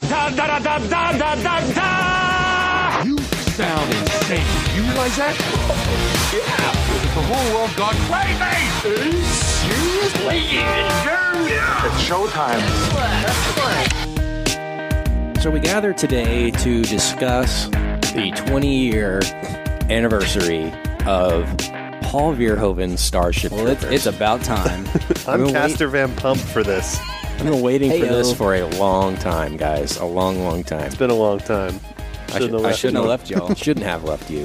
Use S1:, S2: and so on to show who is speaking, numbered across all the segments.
S1: da da da da da da da. You sound insane. You realize that? yeah. The whole world gone crazy. Are you seriously? Dude. It's showtime.
S2: So we gather today to discuss the 20 year anniversary of Paul Verhoeven's Starship. Well, it's, it's about
S3: I'm
S2: time. I've been wait-
S3: Castor Van Pump for this.
S2: I've been waiting for
S4: Heyo.
S2: this for a long time, guys. A long, long time.
S3: It's been a long time.
S2: I, should, I shouldn't have left y'all. shouldn't have left you.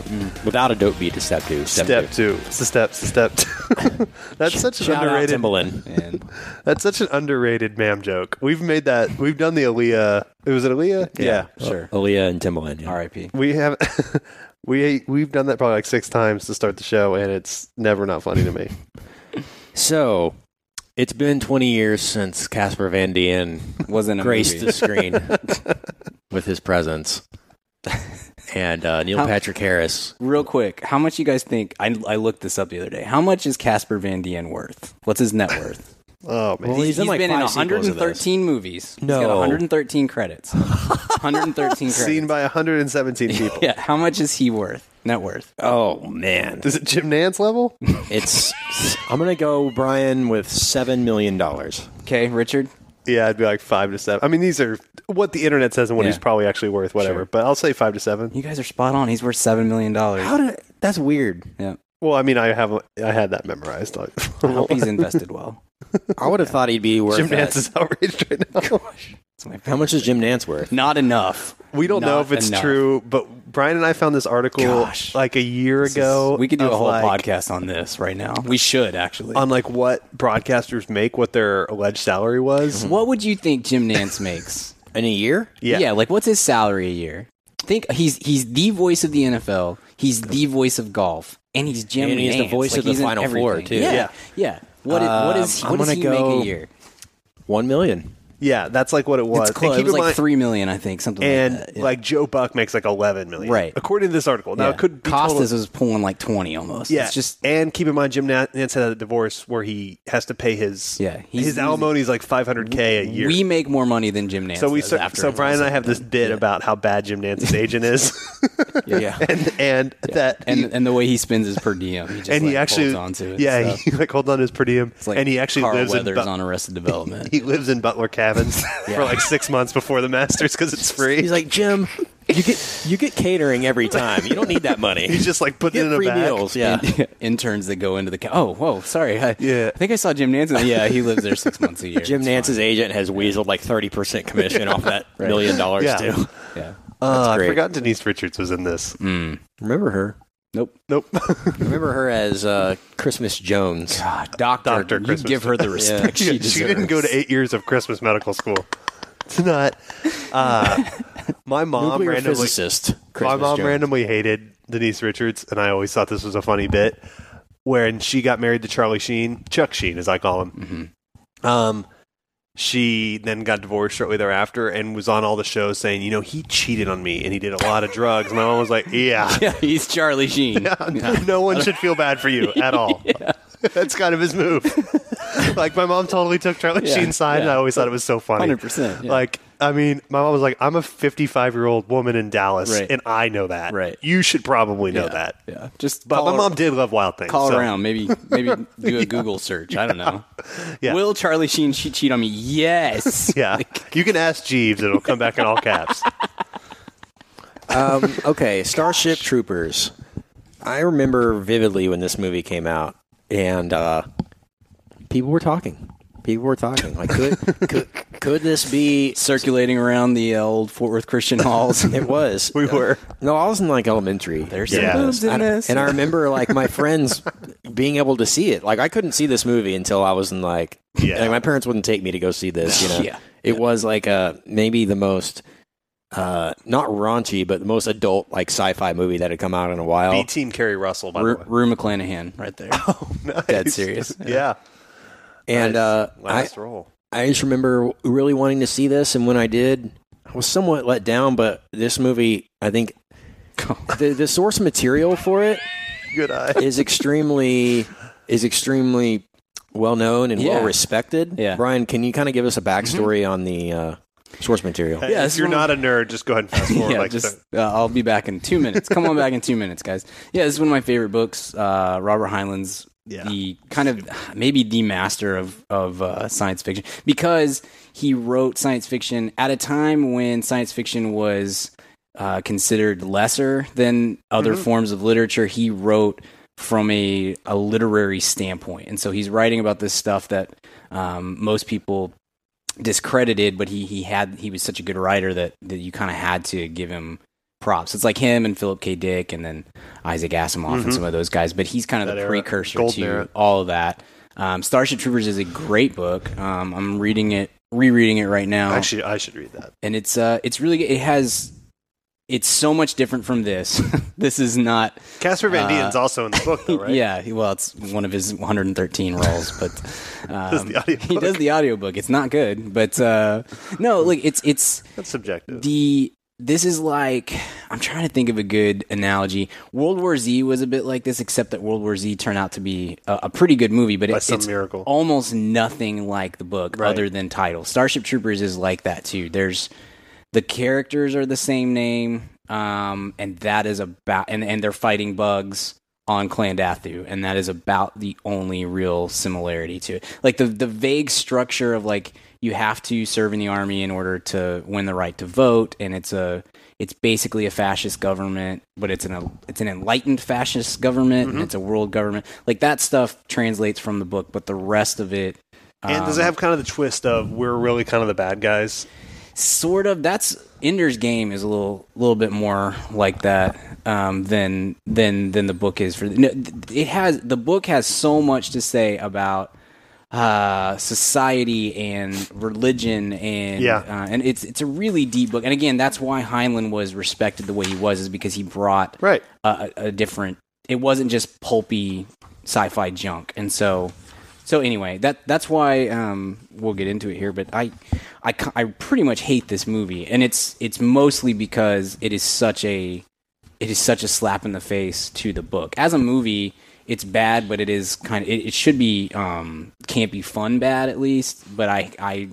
S2: Without a dope beat to step two. Step,
S3: Step two. It's a step. It's a step. two. That's such an
S2: Shout out
S3: underrated.
S2: Timbaland.
S4: And
S3: That's such an underrated mam joke. We've made that. We've done the Aaliyah. It was it Aaliyah. Yeah.
S4: sure.
S2: Aaliyah and Timbaland. Yeah.
S4: R.I.P.
S3: We have. we we've done that probably like six times to start the show, and it's never not funny to me.
S2: So it's been 20 years since Casper Van Dien
S4: Wasn't a
S2: graced
S4: movie.
S2: the screen with his presence. And uh, Neil
S4: How-
S2: Patrick Harris.
S4: Real quick, how much you guys think? I, I looked this up the other day. How much is Casper Van Dien worth? What's his net worth?
S3: Oh man.
S2: he's in like
S4: been in
S2: five sequels of this.
S4: 113 movies. he's
S2: No.
S4: got 113 credits. 113
S3: Seen
S4: credits.
S3: by 117 people.
S4: yeah, how much is he worth? Net worth?
S2: Oh man,
S3: Is it Jim Nance level?
S2: it's I'm gonna go Brian with seven million dollars.
S4: Okay, Richard.
S3: Yeah, I'd be like five to seven. I mean, these are what the internet says and what
S4: Yeah.
S3: he's probably actually worth, whatever.
S4: Sure.
S3: But I'll say five to seven.
S4: You guys are spot on. He's worth seven million dollars.
S2: How did that's weird?
S4: Yeah,
S3: Well, I mean, I have I had that memorized. Like,
S4: I hope he's invested well.
S2: I would have thought he'd be worth.
S3: Jim
S2: that.
S3: Nance is outraged right now.
S4: That's my
S2: How much is Jim Nance worth?
S4: Not enough.
S3: We don't know
S4: Not
S3: if it's
S4: enough.
S3: true, but Brian and I found this article
S4: Gosh.
S3: like a year ago.
S4: we could do a
S3: of,
S4: whole
S3: like, Um,
S4: podcast on this right now. We should actually.
S3: on like what broadcasters make, what their alleged salary was.
S4: what would you think Jim Nance makes?
S2: In a year?
S3: Yeah.
S4: like what's his salary a year? Think he's he's the voice of the NFL. He's the voice of golf, and he's Jim.
S2: And he's the
S4: Nance.
S2: voice
S4: Like,
S2: of the
S4: he's in
S2: Final Four,
S4: everything.
S2: too.
S4: Yeah,
S3: Yeah.
S4: yeah. What, i- what is
S2: Um,
S4: what
S2: I'm
S4: does
S2: gonna
S4: he
S2: go-
S4: make a year?
S2: One million.
S3: Yeah, that's like what it was.
S4: It's close.
S3: And
S4: It
S3: keep
S4: was
S3: in
S4: like
S3: mind-
S4: three million, I think, something
S3: and
S4: like that. Yeah.
S3: like Joe Buck makes like eleven million,
S4: Right.
S3: According to this article, now
S4: Yeah.
S3: it could be
S4: Costas
S3: total-
S4: was pulling like twenty almost.
S3: Yeah,
S4: it's just
S3: and keep in mind, Jim Nan- Nance had a divorce where he has to pay his
S4: Yeah, he's-
S3: his alimony is like five hundred k a year.
S4: we make more money than Jim Nance.
S3: so we
S4: does
S3: so,
S4: after
S3: so
S4: it's
S3: Brian and
S4: all
S3: I have this
S4: said and
S3: bit about how bad Jim Nance's agent is,
S2: Yeah.
S3: and and that
S4: done. and and the way he spins his per diem, he just
S3: and
S4: like,
S3: he actually
S4: holds on to it.
S3: yeah
S4: so.
S3: he like holds on to his per diem,
S4: It's like
S3: and he actually
S4: Carl
S3: lives in
S4: Weathers
S3: Bu-
S4: on Arrested Development.
S3: he lives in Butler Cabins for like six months before the Masters because it's free.
S2: He's like Jim. You get you get catering every time. You don't need that money.
S3: He's just like putting it
S2: get
S3: in a
S2: free
S3: bag.
S2: meals. Yeah.
S4: Interns that go into the ca- oh whoa sorry I,
S3: Yeah.
S4: I think I saw Jim Nance in- yeah he lives there six months a year
S2: Jim
S4: It's
S2: Nance's agent has weaseled like thirty percent commission off that million dollars
S3: Yeah.
S2: too.
S4: fine. yeah
S3: Uh, I
S2: great.
S3: forgot Denise Richards was in this.
S4: Mm.
S2: Remember her?
S4: nope
S3: Nope.
S2: Remember her as uh, Christmas Jones?
S4: God, doctor
S3: Doctor
S4: you
S3: Christmas.
S4: give her the respect
S3: Yeah,
S4: she
S3: she,
S4: deserves
S3: didn't go to eight years of Christmas medical school. It's not. Uh, my mom
S2: Nuclear
S3: randomly.
S2: physicist.
S3: my
S2: Christmas
S3: mom
S2: Jones.
S3: randomly hated Denise Richards, and I always thought this was a funny bit. When she got married to Charlie Sheen, Chuck Sheen, as I call him, um, she then got divorced shortly thereafter, and was on all the shows saying, "You know, he cheated on me, and he did a lot of drugs." And my mom was like, "Yeah,
S4: yeah he's Charlie Sheen
S3: no one should feel bad for you at all." That's kind of his move. like my mom totally took Charlie
S4: Yeah,
S3: Sheen's side, and
S4: yeah.
S3: I always thought it was so funny.
S4: 100%, yeah.
S3: Like I mean, my mom was like, "I'm a 55 year old woman in Dallas,
S4: Right.
S3: and I know that.
S4: Right.
S3: You should probably know
S4: yeah.
S3: that."
S4: yeah just
S3: But
S4: call,
S3: my mom did love Wild Things.
S4: call
S3: so-
S4: around maybe maybe do a Google search I don't know
S3: Yeah.
S4: will Charlie Sheen che- cheat on me yes
S3: Yeah, you can ask Jeeves; it'll come back in all caps.
S2: Um, okay, Starship Troopers. I remember vividly when this movie came out, and uh, people were talking. People were talking. Like, could could, could this be?
S4: circulating around the uh, old Fort Worth Christian halls
S2: It was.
S3: We were.
S2: No, I was in like elementary.
S4: there's
S3: Yeah.
S4: some boobs in
S2: And,
S4: this
S2: and I remember like my friends being able to see it. Like I couldn't see this movie until I was in like,
S3: Yeah.
S2: like, my parents wouldn't take me to go see this. You know,
S4: Yeah.
S2: it was like uh maybe the most uh, not raunchy, but the most adult like sci-fi movie that had come out in a while.
S4: Oh.
S3: B Team Kerry Russell, by
S4: Rue, Rue McClanahan right there
S3: the way. Nice.
S4: oh, dead serious
S3: Yeah,
S2: and uh, I,
S3: last roll.
S2: I just remember really wanting to see this, and when I did, I was somewhat let down. But this movie, I think, the the source material for it
S3: Good eye.
S2: is extremely is extremely well known and
S4: Yeah.
S2: well respected.
S4: Yeah. Mm-hmm.
S2: Brian, can you kind of give us a backstory on the uh, source material.
S3: Yeah,
S4: this
S3: if you're
S4: one-
S3: not a nerd, just go ahead and fast forward.
S4: yeah,
S3: like
S4: just
S3: so-
S4: uh, I'll be back in two minutes. Come on back in two minutes, guys. Yeah, this is one of my favorite books. Uh, Robert Heinlein's
S3: Yeah.
S4: the kind of maybe the master of of uh, science fiction because he wrote science fiction at a time when science fiction was uh, considered lesser than other
S3: Mm-hmm.
S4: forms of literature. He wrote from a, a literary standpoint, and so he's writing about this stuff that um, most people discredited, but he he had he was such a good writer that that you kind of had to give him props. It's like him and Philip K. Dick and then Isaac Asimov and some of those guys, but he's kind of
S3: Mm-hmm. That
S4: the
S3: era.
S4: precursor
S3: Golden
S4: to
S3: era.
S4: all of that. Um, Starship Troopers is a great book. Um, I'm reading it, rereading it right now,
S3: actually, I should read that.
S4: and it's uh it's really it has. It's so much different from this. this is not
S3: Casper Van Dien's also in the book, though, right?
S4: Uh, yeah, he- well, it's one of his 113 roles, but um,
S3: the audiobook.
S4: he does the audiobook. It's not good, but uh, no, like it's it's
S3: that's subjective.
S4: the this is like I'm trying to think of a good analogy. World War Z was a bit like this, except that World War Z turned out to be a, a pretty good movie, but
S3: By
S4: it,
S3: some
S4: it's
S3: miracle.
S4: almost nothing like the book
S3: Right.
S4: other than title. Starship Troopers is like that too. There's the characters are the same name, um, and that is about and and they're fighting bugs on Clandathu, and that is about the only real similarity to it. Like the the vague structure of like you have to serve in the army in order to win the right to vote, and it's a it's basically a fascist government, but it's an it's an enlightened fascist government, and it's a world government. Like that stuff translates from the book, but the rest of it
S3: and
S4: um,
S3: does it have kind of the twist of we're really kind of the bad guys?
S4: sort of that's Ender's Game is a little little bit more like that um, than than than the book is for no, th- it has the book has so much to say about uh, society and religion and
S3: Yeah.
S4: uh, and it's it's a really deep book and again that's why Heinlein was respected the way he was is because he brought
S3: Right.
S4: a, a a different it wasn't just pulpy sci-fi junk and so so anyway that that's why um we'll get into it here but i i ca- i pretty much hate this movie and it's it's mostly because it is such a it is such a slap in the face to the book as a movie it's bad but it is kind of it, it should be um can't be fun bad at least but i i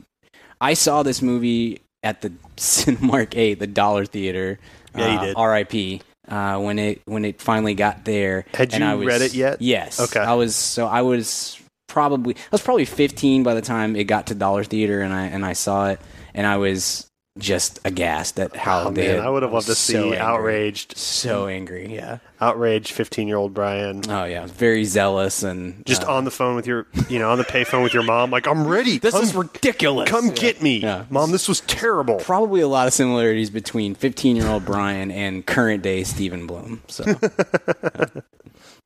S4: I saw this movie at the Cinemark A, the Dollar Theater.
S3: Yeah, you
S4: uh,
S3: did.
S4: R.I.P. Uh, when it when it finally got there.
S3: Had
S4: and
S3: you
S4: I was-
S3: read it yet?
S4: Yes.
S3: Okay.
S4: I was so I was probably I was probably 15 by the time it got to Dollar Theater and I and I saw it and I was just aghast at how
S3: Oh,
S4: they.
S3: man,
S4: had-
S3: I would have loved to
S4: was
S3: see
S4: so angry.
S3: outraged,
S4: So angry. Yeah.
S3: outraged fifteen-year-old Brian
S4: Hmm. Oh yeah. I was Very zealous and
S3: just
S4: uh,
S3: on the phone with your, you know, on the payphone with your mom, like I'm ready.
S4: this
S3: come,
S4: is ridiculous.
S3: come get me,
S4: Yeah.
S3: mom. This was terrible.
S4: probably a lot of similarities between 15 year old Brian and current day Stephen Bloom. So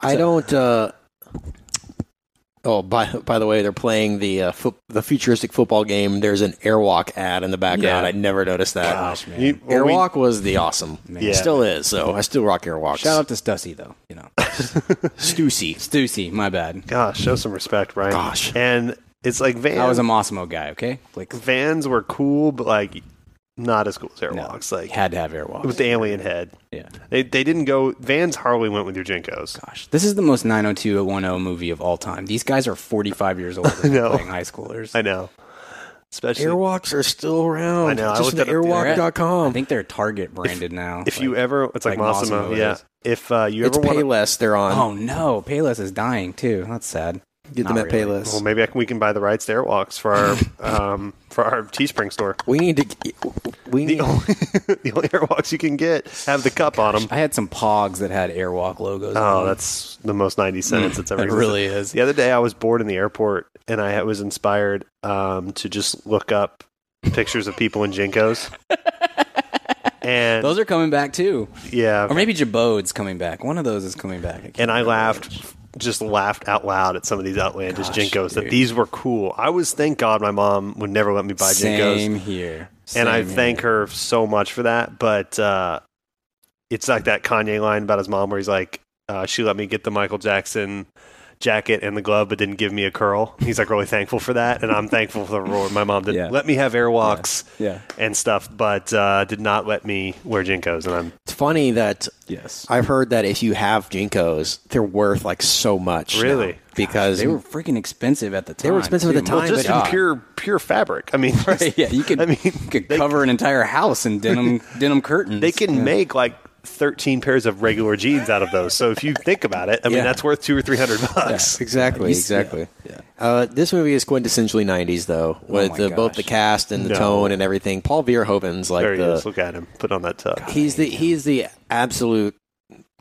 S2: I don't. Uh, oh, by by the way, they're playing the uh, fo- the futuristic football game. There's an Airwalk ad in the background.
S4: Yeah.
S2: I never noticed that.
S4: gosh, man.
S3: You- well, we-
S2: Airwalk was the awesome.
S3: Yeah.
S2: Still is. So I still rock Airwalks.
S4: Shout out to Stussy though, you know.
S2: Stussy.
S4: Stussy, my bad.
S3: Gosh, show some respect, Brian.
S2: Gosh.
S3: and it's like Van.
S4: I was a Mossimo guy, okay? Like
S3: Vans were cool, but like not as cool as Airwalks.
S4: no,
S3: Like
S4: had to have
S3: with
S4: airwalks.
S3: the alien head,
S4: Yeah.
S3: they they didn't go. Vans hardly went with your Jinkos.
S4: Gosh. This is the most 90210 movie of all time. These guys are 45 years old and
S3: know.
S4: playing high schoolers.
S3: I know, especially
S2: Airwalks are still around.
S3: I know, I
S2: Just
S3: looked
S2: the
S3: it up the other
S4: day.
S2: airwalk.com.
S4: I think they're Target branded now.
S3: if you ever, it's like,
S4: like
S3: Massimo.
S4: Massimo
S3: yeah,
S4: is.
S3: if uh, you
S2: it's
S3: ever want,
S2: Payless. They're on.
S4: Oh no, Payless is dying too. That's sad.
S2: Get them
S4: not
S2: at
S4: really.
S2: Payless.
S3: well, maybe I can, we can buy the rights to Airwalks for our um, for our Teespring store.
S2: we need to. We
S3: The
S2: need.
S3: only the only Airwalks you can get have the cup on 'em. on them.
S4: I had some pogs that had airwalk logos. on
S3: Oh,
S4: them.
S3: that's the most 90 cents it's ever
S4: It
S3: existed.
S4: really is.
S3: The other day I was bored in the airport and I was inspired um, to just look up pictures of people in Jinkos. and
S4: Those are coming back too.
S3: yeah,
S4: Or maybe Jabode's coming back. One of those is coming back. can't
S3: and I
S4: remember which.
S3: laughed just laughed out loud at some of these outlandish
S4: Gosh,
S3: Jinkos that
S4: dude.
S3: these were cool. I was thank God my mom would never let me buy Jinkos.
S4: Same here.
S3: And I
S4: Same here.
S3: thank her so much for that, but uh, it's like that Kanye line about his mom where he's like uh, she let me get the Michael Jackson jacket and the glove, but didn't give me a curl. He's like really thankful for that, and I'm thankful for the reward. My mom did
S4: Yeah.
S3: let me have airwalks
S4: Yeah.
S3: and stuff, but uh, did not let me wear jinkos, and I'm
S2: It's funny that
S4: Yes.
S2: I've heard that if you have Jinkos, they're worth like so much. now.
S3: Really?
S2: because
S4: They were freaking expensive at the time.
S2: They were expensive at
S4: too.
S2: the time,
S4: Well,
S3: just
S2: but-
S3: in
S2: God.
S3: pure pure fabric. I mean, just-
S4: yeah, you could.
S3: I mean,
S4: you could cover an entire house in denim denim curtains.
S3: they can make like 13 pairs of regular jeans out of those. So if you think about it, I mean,
S2: Yeah.
S3: that's worth two or three hundred bucks.
S2: Exactly,
S4: You see-
S2: exactly.
S4: yeah, Oh
S2: Uh, this movie is quintessentially '90s, though, with
S4: my
S2: the, both
S4: gosh.
S2: the cast and the
S3: No.
S2: tone and everything. Paul Verhoeven's like
S3: There he
S2: the
S3: is. Look at him. Put on that tuck.
S2: he's the he's the absolute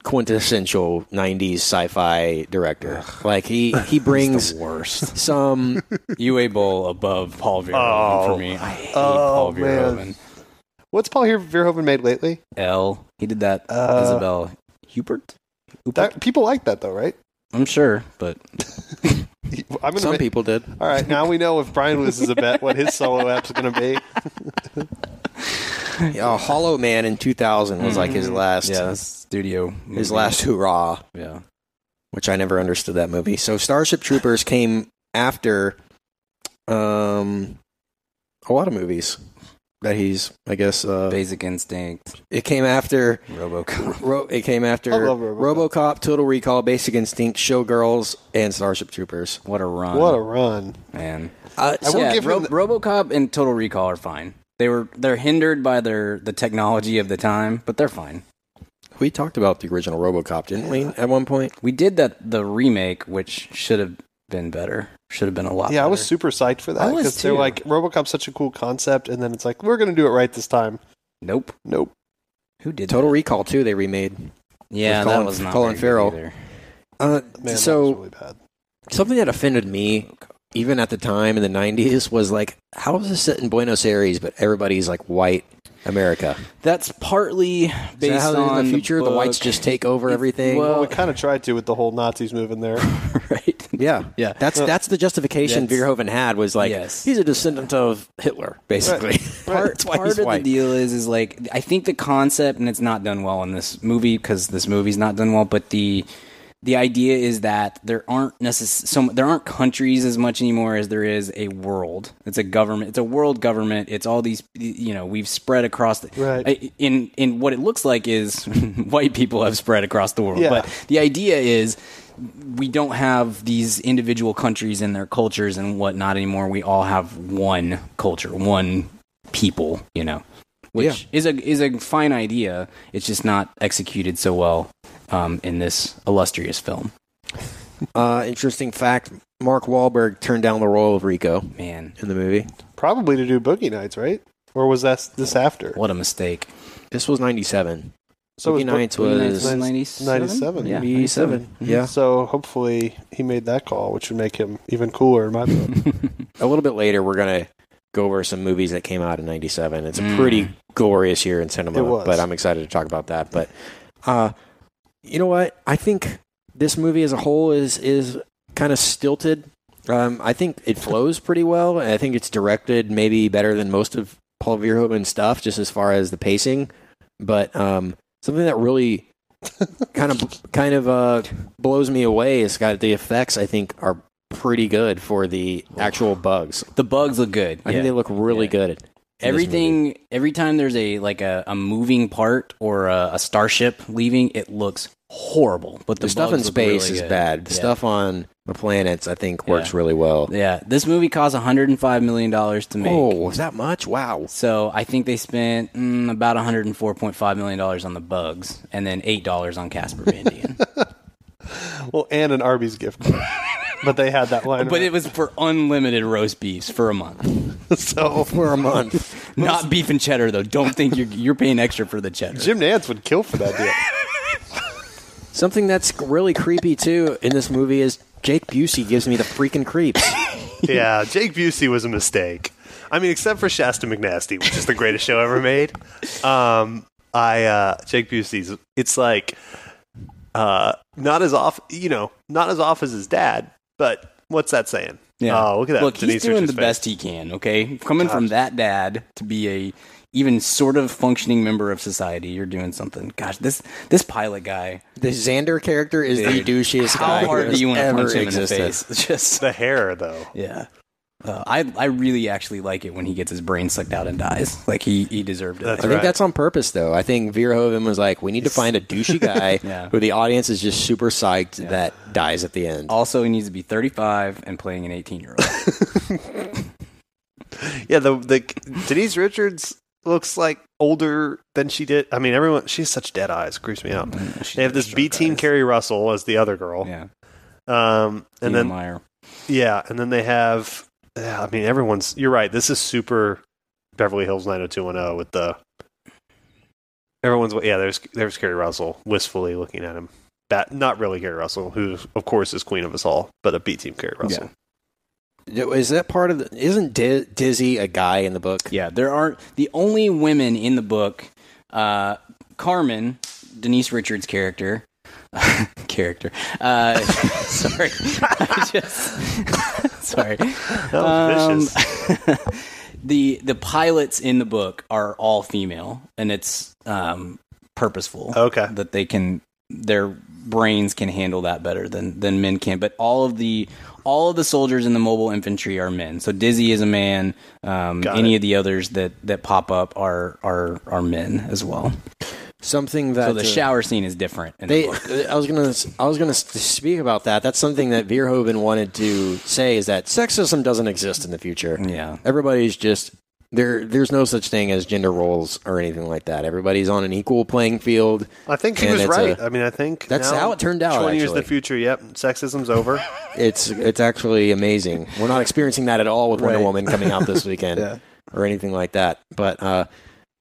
S2: quintessential '90s sci-fi director. Like he he brings
S4: worst.
S2: some
S4: UA Bowl above Paul Verhoeven
S3: Oh.
S4: for me. I hate Paul
S3: Oh, man.
S4: Verhoeven.
S3: What's Paul here Verhoeven made lately?
S4: L. He did that.
S3: Uh,
S4: Isabel Hubert. Hubert?
S5: That people like that though, right?
S4: I'm sure, but
S5: I'm gonna
S2: some
S5: ma-
S2: people did.
S5: All right, now we know if Brian loses a bet, what his solo app's going to be.
S2: Yeah, Hollow Man in 2000 was like his last
S4: Mm-hmm. yeah, that's studio.
S2: his
S4: movie.
S2: last
S5: Mm-hmm.
S2: hurrah.
S4: Yeah.
S2: which I never understood that movie. So Starship Troopers came after um a lot of movies that he's I guess uh
S4: Basic Instinct,
S2: it came after
S4: RoboCop.
S2: Ro- it came after
S5: I love RoboCop.
S2: RoboCop, Total Recall, Basic Instinct, Showgirls and Starship Troopers.
S4: What a run!
S5: What a run!
S4: man.
S2: Uh,
S5: I
S2: so-
S5: will
S4: yeah,
S5: give
S4: Ro-
S5: him the-
S4: RoboCop and Total Recall are fine. They were they're hindered by their the technology of the time, but they're fine.
S2: we talked about the original RoboCop, didn't we at one point?
S4: We did that the remake, which should have been better. Should have been a lot.
S5: Yeah, I was
S4: better.
S5: super psyched for that
S4: I was
S5: because they're
S4: too.
S5: like RoboCop's such a cool concept, and then it's like we're going to do it right this time.
S4: Nope.
S5: Nope.
S4: Who did
S2: Total
S4: That?
S2: Recall too they remade.
S4: yeah,
S2: with Colin-
S4: that was not very
S2: Colin
S4: good
S2: Farrell.
S4: either.
S2: Uh,
S5: Man, that was
S2: so
S5: really bad.
S2: something that offended me even at the time in the 90s was like how is this set in buenos aires but everybody's like white america
S4: That's partly
S2: is that
S4: based
S2: how
S4: on
S2: in the future the,
S4: book.
S2: whites just take over everything
S5: Well,
S4: Well-
S5: we kind of tried to with the whole Nazis moving there.
S4: right.
S2: yeah
S4: Yeah.
S2: that's that's the justification
S4: That's-
S2: verhoeven had was like
S4: Yes.
S2: he's a descendant of hitler basically
S4: part,
S2: that's why
S4: part
S2: he's
S4: of
S2: white
S4: the deal is is like I think the concept and it's not done well in this movie because this movie's not done well. But the the idea is that there aren't necess- so there aren't countries as much anymore as there is a world. It's a government. It's a world government. It's all these you know we've spread across the
S5: Right.
S4: I- in in what it looks like is white people have spread across the world.
S5: Yeah.
S4: But the idea is we don't have these individual countries and their cultures and whatnot anymore. We all have one culture, one people, you know, which is a is a fine idea. It's just not executed so well um, in this illustrious film.
S2: uh, interesting fact mark Wahlberg turned down the role of rico
S4: Man,
S2: in the movie
S5: Probably to do Boogie Nights, right? Or was that this after?
S4: what a mistake!
S2: this was 97
S5: So
S2: Boogie
S5: it was Bo-
S2: Nights was-
S5: 97?
S4: Yeah,
S2: 97 yeah
S5: So hopefully he made that call, which would make him even cooler in my book.
S2: a little bit later we're gonna go over some movies that came out in 97 it's a
S4: Mm.
S2: pretty glorious year in cinema
S5: It was.
S2: but i'm excited to talk about that but uh you know what i think this movie as a whole is is kind of stilted um i think it flows pretty well and i think it's directed maybe better than most of paul verhoeven's stuff just as far as the pacing but um something that really kind of kind of uh blows me away is got the effects i think are pretty good for the actual bugs
S4: The bugs look good.
S2: I
S4: Yeah.
S2: think they look really
S4: Yeah.
S2: good. in this movie.
S4: Everything, every time there's a like a, a moving part or a, a starship leaving, it looks horrible. But the,
S2: The stuff
S4: bugs
S2: in
S4: look
S2: space
S4: really
S2: is
S4: good.
S2: bad. The
S4: Yeah.
S2: stuff on the planets, I think, works
S4: Yeah.
S2: really well.
S4: Yeah, this movie cost 105 million dollars to make.
S2: Oh, was that much? Wow.
S4: So I think they spent mm, about 104.5 million dollars on the bugs, and then eight dollars on Casper Van Dien.
S5: Well, and an Arby's gift card. but they had that line.
S4: but
S5: right.
S4: it was for unlimited roast beefs for a month,
S5: so
S2: For a month.
S4: not beef and cheddar though. Don't think you're you're paying extra for the cheddar.
S5: Jim Nance would kill for that deal.
S2: Something that's really creepy, too, in this movie is Jake Busey gives me the freaking creeps.
S3: yeah, Jake Busey was a mistake. I mean, except for Shasta McNasty, which is the greatest show ever made. Um, I uh, Jake Busey's. It's like uh, not as off, you know, not as off as his dad. But what's that saying? Oh, look at that.
S4: Look,
S3: Denise
S4: he's doing
S3: Richards'
S4: the
S3: face.
S4: best he can. Okay, coming from that dad to be a even sort of functioning member of society, you're doing something. Gosh, this this pilot guy.
S2: The Xander character is
S4: dude,
S2: the douchiest guy
S4: How hard
S2: who
S4: do you
S2: has
S4: want to
S2: ever
S4: punch him
S2: existed.
S4: in the face? It's just
S3: The hair, though.
S4: yeah. Uh, I I really actually like it when he gets his brain sucked out and dies. Like he he deserved it.
S3: That's
S2: I think
S3: Right.
S2: that's on purpose, though. I think Verhoeven was like, we need to find a douchey guy
S4: Yeah.
S2: who the audience is just super psyched that dies at the end.
S4: Also, he needs to be 35 and playing an 18 year old.
S3: Yeah, the the Denise Richards looks like older than she did. I mean, everyone she's such dead eyes, creeps me
S4: Mm-hmm.
S3: out.
S4: Mm,
S3: They have this B team Carrie Russell as the other girl.
S4: Yeah,
S3: Um
S4: and
S3: and then
S4: Meyer.
S3: yeah, and then they have yeah, I mean everyone's you're right. This is super Beverly Hills 90210 with the everyone's yeah, there's there's Carrie Russell wistfully looking at him. That not really Carrie Russell, who of course is queen of us all, but a B team Carrie Russell.
S2: Is that part of the? Isn't Di- Dizzy a guy in the book?
S4: Yeah, there aren't the only women in the book. Uh, Carmen, Denise Richards' character. character. Uh, sorry, I just sorry.
S3: That was vicious.
S4: Um, the the pilots in the book are all female, and it's um, purposeful.
S3: Okay.
S4: that they can their brains can handle that better than than men can. But all of the all of the soldiers in the mobile infantry are men. So Dizzy is a man. Um,
S3: Got
S4: any
S3: it.
S4: of the others that that pop up are are are men as well.
S2: Something that
S4: So the
S2: uh,
S4: shower scene is different. In
S2: They,
S4: the book.
S2: I was gonna, I was gonna s- speak about that. That's something that Verhoeven wanted to say is that sexism doesn't exist in the future.
S4: Yeah.
S2: everybody's just there. There's no such thing as gender roles or anything like that. Everybody's on an equal playing field.
S3: I think he
S2: And
S3: was
S2: it's
S3: right.
S2: a-
S3: I mean, I think
S2: That's
S3: now,
S2: how it turned out,
S3: Twenty years in the
S2: actually.
S3: future. Yep, sexism's over.
S2: It's it's actually amazing. We're not experiencing that at all with Wonder
S4: Right.
S2: Woman coming out this weekend or anything like that. But uh,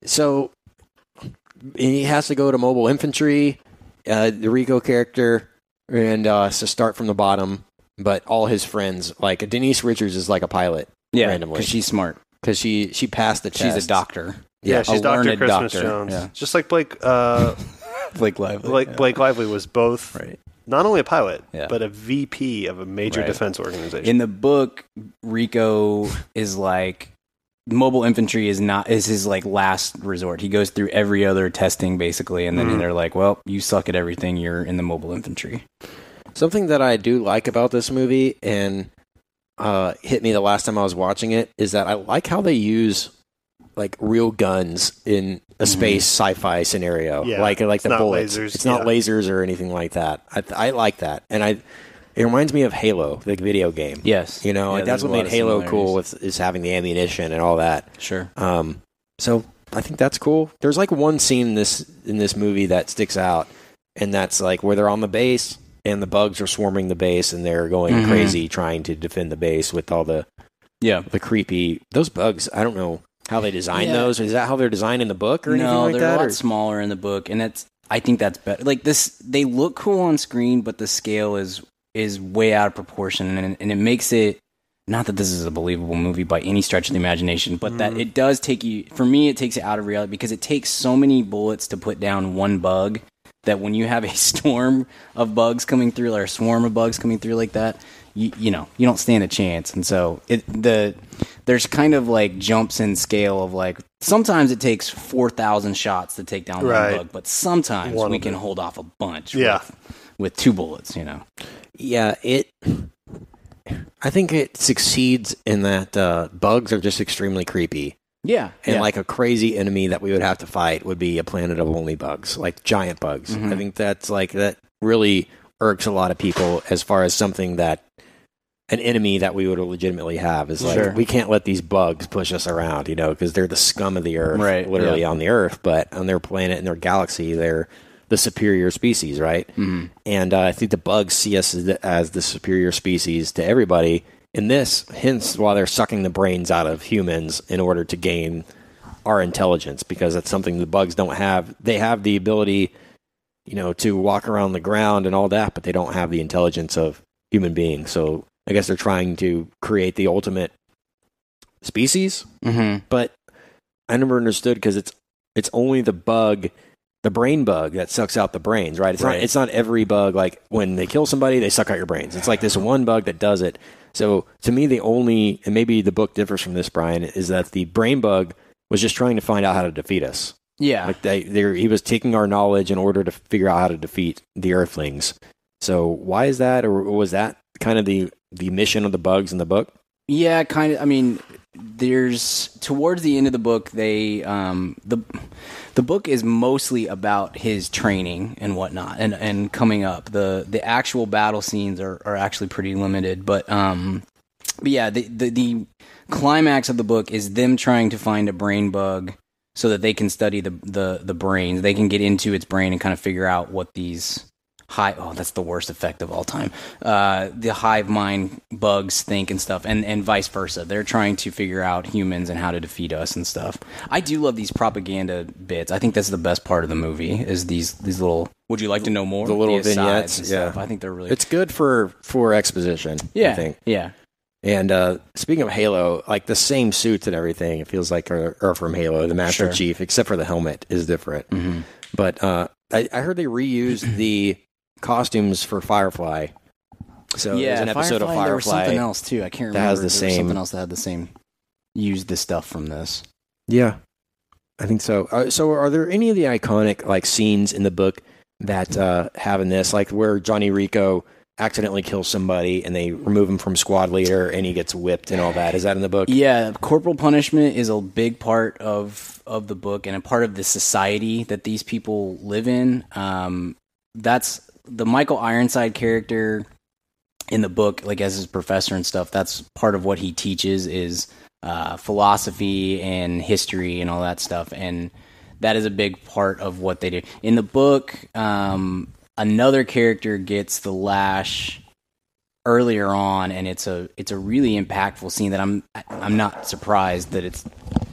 S2: so he has to go to mobile infantry, uh, the Rico character, and uh, has to start from the bottom. But all his friends, like Denise Richards, is like a pilot
S4: yeah,
S2: randomly.
S4: because she's smart.
S2: because she she passed the test.
S4: She's a doctor.
S3: Yeah,
S2: Yeah,
S3: she's
S4: a
S3: Doctor
S4: learned
S3: Christmas
S4: doctor.
S3: Jones,
S4: Yeah.
S3: just like Blake. Uh,
S4: Blake Lively.
S3: Blake
S4: yeah.
S3: Blake Lively was both
S4: Right.
S3: not only a pilot
S4: Yeah.
S3: but a VP of a major
S4: Right.
S3: defense organization.
S4: In the book, Rico is like mobile infantry is not is his like last resort. He goes through every other testing basically, and then they're like, "Well, you suck at everything. You're in the mobile infantry."
S2: Something that I do like about this movie and uh, hit me the last time I was watching it is that I like how they use like real guns in a space sci-fi scenario.
S3: Mm-hmm. Yeah,
S2: like like
S3: it's
S2: the
S3: not
S2: bullets.
S3: lasers,
S2: It's not
S3: yeah.
S2: lasers or anything like that. I I like that, and I it reminds me of Halo, the video game.
S4: Yes,
S2: You know,
S4: Yeah,
S2: like
S4: there's
S2: that's
S4: a
S2: what
S4: lot
S2: made
S4: of
S2: Halo
S4: similarities.
S2: cool with is having the ammunition and all that.
S4: Sure.
S2: Um, so I think that's cool. There's like one scene in this in this movie that sticks out, and that's like where they're on the base and the bugs are swarming the base and they're going
S4: Mhm.
S2: crazy trying to defend the base with all the
S4: Yeah.
S2: the creepy those bugs. I don't know how they design
S4: Yeah.
S2: those. Is that how they're designed in the book or anything
S4: no,
S2: like
S4: they're a
S2: that?
S4: lot
S2: or-
S4: smaller in the book, and that's I think that's better. Like this, they look cool on screen, but the scale is is way out of proportion, and and it makes it not that this is a believable movie by any stretch of the imagination, but that
S2: Mm.
S4: it does take you. For me, it takes it out of reality because it takes so many bullets to put down one bug that when you have a storm of bugs coming through or a swarm of bugs coming through like that, you you know you don't stand a chance. And so it the there's kind of like jumps in scale of like sometimes it takes four thousand shots to take down
S3: Right.
S4: one bug, but sometimes
S3: One
S4: we
S3: of
S4: can
S3: them.
S4: hold off a bunch.
S3: Yeah.
S4: With, with two bullets, you know.
S2: yeah, it. I think it succeeds in that uh, bugs are just extremely creepy.
S4: Yeah.
S2: And like a crazy enemy that we would have to fight would be a planet of only bugs, like giant bugs. I think that's like that really irks a lot of people as far as something that an enemy that we would legitimately have is like
S4: Sure.
S2: we can't let these bugs push us around, you know, because they're the scum of the earth,
S4: Right,
S2: literally
S4: yeah.
S2: on the earth, but on their planet and their galaxy, they're the superior species, right?
S4: Mm-hmm.
S2: And uh, I think the bugs see us as the, as the superior species to everybody. And this, hence why they're sucking the brains out of humans in order to gain our intelligence, because that's something the bugs don't have. They have the ability, you know, to walk around the ground and all that, but they don't have the intelligence of human beings. So I guess they're trying to create the ultimate species
S4: hmm
S2: but I never understood because it's it's only the bug, the brain bug that sucks out the brains, right? It's
S4: Right.
S2: not it's not every bug like when they kill somebody they suck out your brains. It's like this one bug that does it. So to me, the only and maybe the book differs from this, Brian, is that the brain bug was just trying to find out how to defeat us.
S4: Yeah.
S2: Like they, they, he was taking our knowledge in order to figure out how to defeat the Earthlings. So why is that, or was that kind of the the mission of the bugs in the book?
S4: Yeah, kind of. I mean, there's towards the end of the book, they um, the the book is mostly about his training and whatnot, and and coming up. the The actual battle scenes are are actually pretty limited, but um, but yeah, the, the the climax of the book is them trying to find a brain bug so that they can study the the the brain. They can get into its brain and kind of figure out what these high oh that's the worst effect of all time uh the hive mind bugs think and stuff and and vice versa they're trying to figure out humans and how to defeat us and stuff i do love these propaganda bits i think that's the best part of the movie is these these little would you like to know more
S2: The little
S4: asides
S2: vignettes,
S4: and
S2: yeah.
S4: stuff. i think they're really
S2: It's good for for exposition.
S4: yeah
S2: I think.
S4: yeah
S2: And uh, speaking of Halo, like the same suits and everything, it feels like are, are from Halo. The Master
S4: Sure.
S2: Chief, except for the helmet, is different.
S4: Mhm.
S2: But uh, I, I heard they reused the costumes for Firefly. So
S4: yeah
S2: there's an episode of
S4: there was
S2: Firefly.
S4: something else too i can't remember
S2: that has the
S4: There was
S2: same-
S4: something else that had the same use the stuff from this
S2: Yeah, I think so. Uh, so, are there any of the iconic like scenes in the book that uh, have in this, like where Johnny Rico accidentally kills somebody and they remove him from squad leader and he gets whipped and all that? Is that in the book?
S4: Yeah, corporal punishment is a big part of of the book and a part of the society that these people live in. Um, that's the Michael Ironside character in the book, like as his professor and stuff. That's part of what he teaches is uh, philosophy and history and all that stuff, and that is a big part of what they do in the book. Um, another character gets the lash earlier on and it's a it's a really impactful scene that I'm I'm not surprised that it's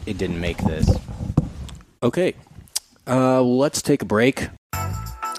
S4: it didn't make this.
S2: Okay. Uh, let's take a break.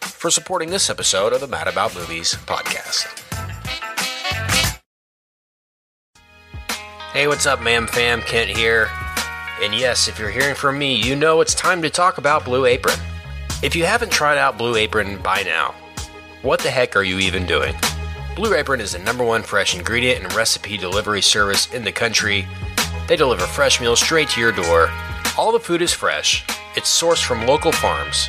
S6: for supporting this episode of the Mad About Movies podcast. Hey, what's up, ma'am, fam? Kent here. And yes, if you're hearing from me, you know it's time to talk about Blue Apron. If you haven't tried out Blue Apron by now, what the heck are you even doing? Blue Apron is the number one fresh ingredient and recipe delivery service in the country. They deliver fresh meals straight to your door. All the food is fresh, it's sourced from local farms,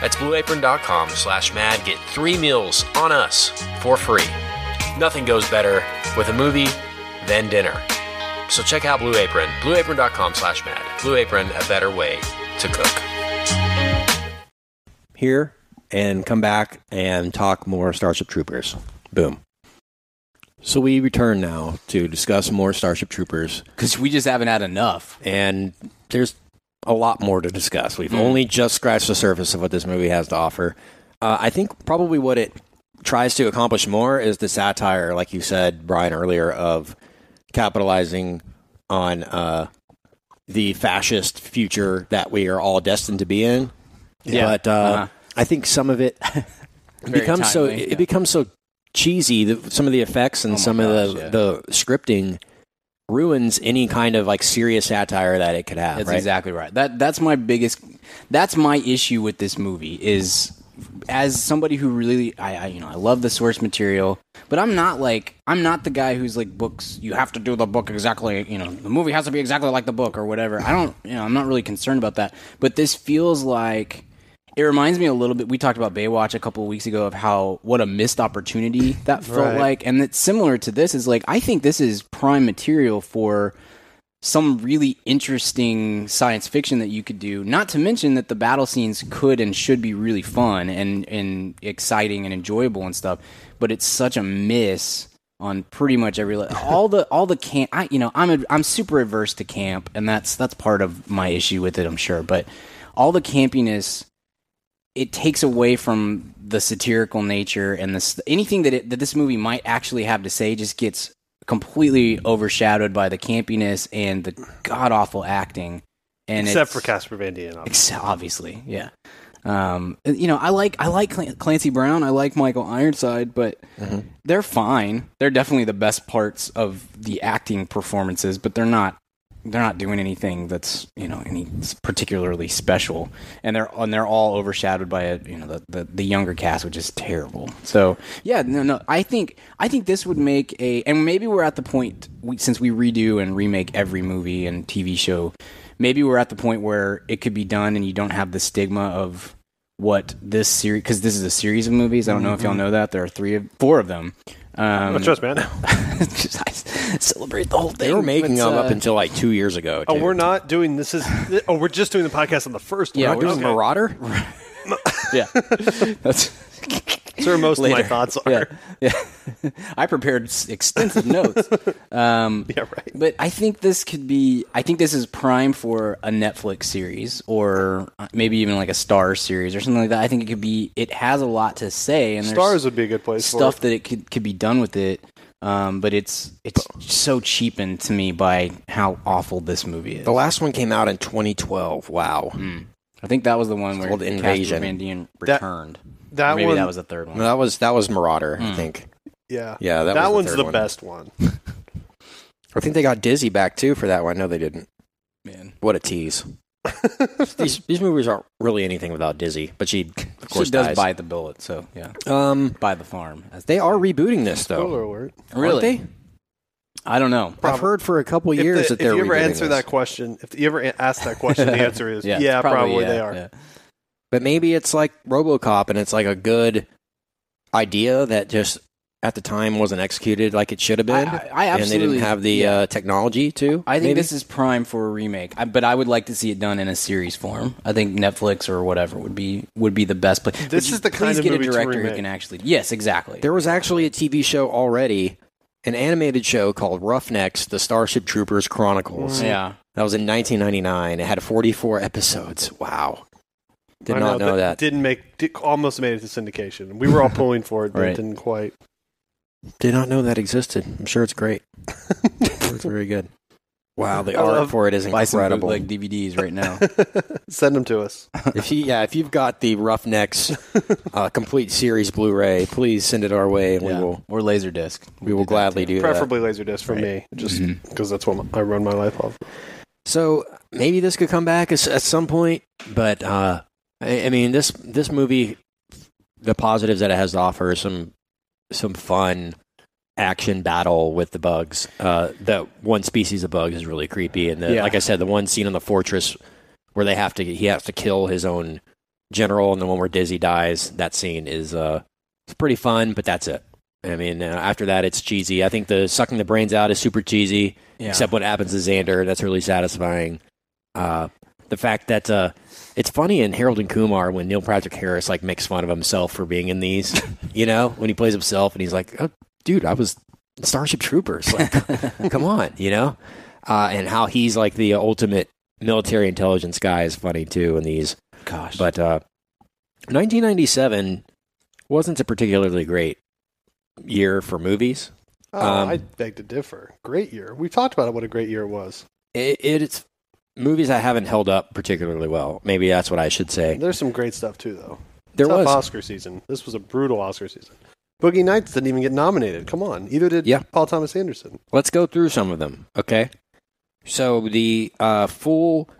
S6: That's blueapron.com slash mad. Get three meals on us for free. Nothing goes better with a movie than dinner. So check out Blue Apron, blueapron.com slash mad. Blue Apron, a better way to cook.
S2: Here and come back and talk more Starship Troopers. Boom. So we return now to discuss more Starship Troopers,
S4: Cuz we just haven't had enough.
S2: and there's a lot more to discuss.
S4: Hmm.
S2: We've only just scratched the surface of what this movie has to offer. Uh, I think probably what it tries to accomplish more is the satire, like you said, Brian, earlier, of capitalizing on uh, the fascist future that we are all destined to be in. But uh,
S4: Uh-huh.
S2: I think some of it becomes so
S4: timely,
S2: it
S4: yeah. Oh
S2: becomes so cheesy. The, some of the effects and
S4: my
S2: some of the
S4: gosh, yeah.
S2: the scripting ruins any kind of like serious satire that it could have.
S4: That's
S2: right?
S4: exactly right. That that's my biggest that's my issue with this movie is as somebody who really I, I you know I love the source material, but I'm not like I'm not the guy who's like books. You have to do the book exactly. You know, the movie has to be exactly like the book or whatever. I don't. You know, I'm not really concerned about that. But this feels like it reminds me a little bit. We talked about Baywatch a couple of weeks ago of how what a missed opportunity that felt
S5: Right.
S4: like, and it's similar to this. Is like I think this is prime material for some really interesting science fiction that you could do. Not to mention that the battle scenes could and should be really fun and and exciting and enjoyable and stuff. But it's such a miss on pretty much every le- all the all the camp. I you know I'm a, I'm super averse to camp, and that's that's part of my issue with it. I'm sure, but all the campiness it takes away from the satirical nature and this anything that it, that this movie might actually have to say just gets completely overshadowed by the campiness and the god awful acting. And
S3: Except
S4: it's-
S3: for Casper Van Dien. obviously.
S4: Ex- obviously, yeah. Um, you know, I like I like Cl- Clancy Brown, I like Michael Ironside, but they're fine. They're definitely the best parts of the acting performances, but they're not they're not doing anything that's you know any s- particularly special, and they're and they're all overshadowed by a you know the, the, the younger cast, which is terrible. So yeah, no, no, I think I think this would make a and maybe we're at the point we, since we redo and remake every movie and TV show, maybe we're at the point where it could be done, and you don't have the stigma of what this series because this is a series of movies. I don't know if y'all
S2: Mm-hmm.
S4: know that there are three of four of them. Um,
S3: Oh, trust me, I know.
S4: just, I celebrate the whole thing.
S2: They were making
S4: It's,
S2: them up
S4: uh,
S2: until like two years ago.
S3: Oh,
S2: too.
S3: we're not doing this. Is oh, we're just doing the podcast on the first.
S2: We're
S3: one.
S2: not doing
S3: Okay.
S2: Marauder.
S4: yeah. That's
S3: That's where most of
S4: Later.
S3: my thoughts are.
S4: yeah, yeah. I prepared s- extensive notes. Um,
S3: Yeah, right.
S4: But I think this could be. I think this is prime for a Netflix series, or uh, maybe even like a Star series or something like that. I think it could be. It has a lot to say, and there's
S5: Stars would be a good place
S4: stuff
S5: for
S4: that it could could be done with it. Um, but it's it's so cheapened to me by how awful this movie is.
S2: The last one came out in 2012. Wow.
S4: I think that was the one where
S2: called
S4: Casper
S2: Invasion.
S4: Van Dien
S5: That-
S4: returned.
S5: it. That
S4: maybe
S5: one,
S4: that was the third one.
S2: No, that was that was Marauder, I think.
S5: yeah,
S2: Yeah, that,
S3: That,
S2: was
S3: one's
S2: third
S3: the
S2: one.
S3: best one.
S2: I think they got Dizzy back too for that one. No, they didn't.
S4: Man.
S2: What a tease. these these movies aren't really anything without Dizzy, but she of course
S4: she does
S2: dies.
S4: bite the bullet, so yeah,
S2: Um,
S4: by the farm. As
S2: they are rebooting this though.
S5: Spoiler alert.
S4: are really,
S2: Aren't they?
S4: I don't know.
S2: I've heard for a couple
S3: If,
S2: years
S3: the-
S2: that
S3: if
S2: they're
S3: you ever
S2: rebooting
S3: answer
S2: this.
S3: that question, if you ever a- ask that question, the answer is yeah,
S4: it's
S3: probably,
S4: yeah,
S3: they are.
S4: yeah.
S2: But maybe it's like RoboCop, and it's like a good idea that just at the time wasn't executed like it should have been,
S4: I- I- I
S2: and they
S4: absolutely-
S2: didn't have the
S4: yeah.
S2: uh, technology to.
S4: I think
S2: maybe?
S4: this is prime for a remake, I, but I would like to see it done in a series form. I think Netflix or whatever would be would be the best place.
S3: This
S4: Would you
S3: is the kind
S4: please
S3: of
S4: get
S3: movie
S4: a
S3: to
S4: director who
S3: remake.
S4: can actually. Yes, exactly.
S2: There was actually a TV show already, an animated show called Roughnecks: The Starship Troopers Chronicles.
S4: yeah,
S2: That was in 1999. It had 44 episodes. Wow, did
S3: I
S2: not know
S3: but
S2: that.
S3: Didn't make did, almost made it to syndication. We were all pulling for it, but
S4: Right.
S3: it didn't quite.
S2: Did not know that existed. I'm sure it's great. it's very good. Wow, the
S3: I
S2: art
S3: love-
S2: for it is
S4: buy some
S2: incredible.
S4: bootleg DVDs right now.
S5: Send them to us.
S2: if you, yeah, if you've got the Roughnecks uh, complete series Blu-ray, please send it our way, and
S4: Yeah.
S2: we will
S4: or Laserdisc.
S2: we will gladly do that.
S5: Preferably Laserdisc for me, just
S4: Mhm.
S2: Mm-hmm.
S5: because that's what I run my life off.
S2: So maybe this could come back as, at some point, but uh, I, I mean this this movie, the positives that it has to offer, is some some fun action battle with the bugs. Uh, the one species of bug is really creepy, and the,
S4: Yeah.
S2: like I said, the one scene in the fortress where they have to he has to kill his own general, and the one where Dizzy dies. That scene is uh, it's pretty fun, but that's it. I mean, uh, after that, it's cheesy. I think the sucking the brains out is super cheesy
S4: Yeah.
S2: except what happens to Xander. That's really satisfying. Uh, the fact that uh, it's funny in Harold and Kumar when Neil Patrick Harris like makes fun of himself for being in these, you know, when he plays himself and he's like, oh, "Dude, I was Starship Troopers." Like, come on, you know, uh, and how he's like the ultimate military intelligence guy is funny too in these.
S4: gosh,
S2: But uh, 1997 wasn't a particularly great year for movies.
S5: Oh,
S2: Um,
S5: I beg to differ. Great year. We talked about what a great year it was.
S2: it, it's movies I haven't held up particularly well. Maybe that's what I should say.
S5: There's some great stuff too, though.
S2: There
S5: Tough
S2: was
S5: Oscar season. This was a brutal Oscar season. Boogie Nights didn't even get nominated. Come on, either did
S2: Yeah.
S5: Paul Thomas Anderson.
S2: Let's go through some of them, okay? So the uh,
S4: Hmm.
S2: full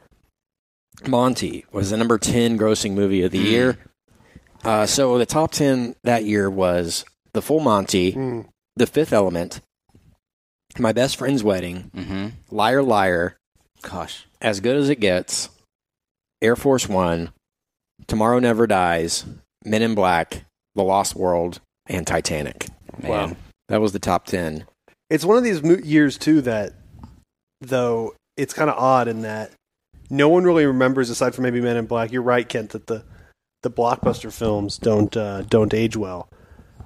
S2: Monty was the number ten grossing movie of the year. Uh, so the top 10 that year was The Full Monty,
S4: Hmm.
S3: Mm.
S2: The Fifth Element, My Best Friend's Wedding,
S4: Mm-hmm.
S2: Liar Liar,
S4: Gosh.
S2: As Good as It Gets, Air Force One, Tomorrow Never Dies, Men in Black, The Lost World, and Titanic.
S4: Man.
S7: Wow.
S2: That was the top 10.
S3: It's one of these mo- years too that, though, it's kind of odd in that no one really remembers aside from maybe Men in Black. You're right, Kent, that the the blockbuster films don't uh, don't age well.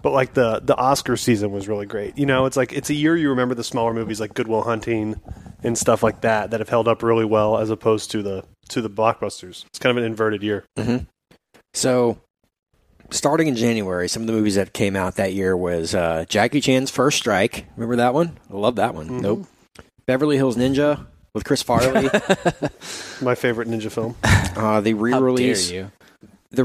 S3: But like the the Oscar season was really great. You know, it's like it's a year you remember the smaller movies like Goodwill Hunting and stuff like that that have held up really well as opposed to the to the blockbusters. It's kind of an inverted year.
S2: Mm-hmm. So, starting in January, some of the movies that came out that year was uh, Jackie Chan's First Strike. Remember that one? I love that one.
S4: Mm-hmm.
S2: Nope. Beverly Hills Ninja with Chris Farley.
S3: My favorite ninja film.
S2: uh, the
S4: How
S2: re-release,
S4: dare you?
S2: the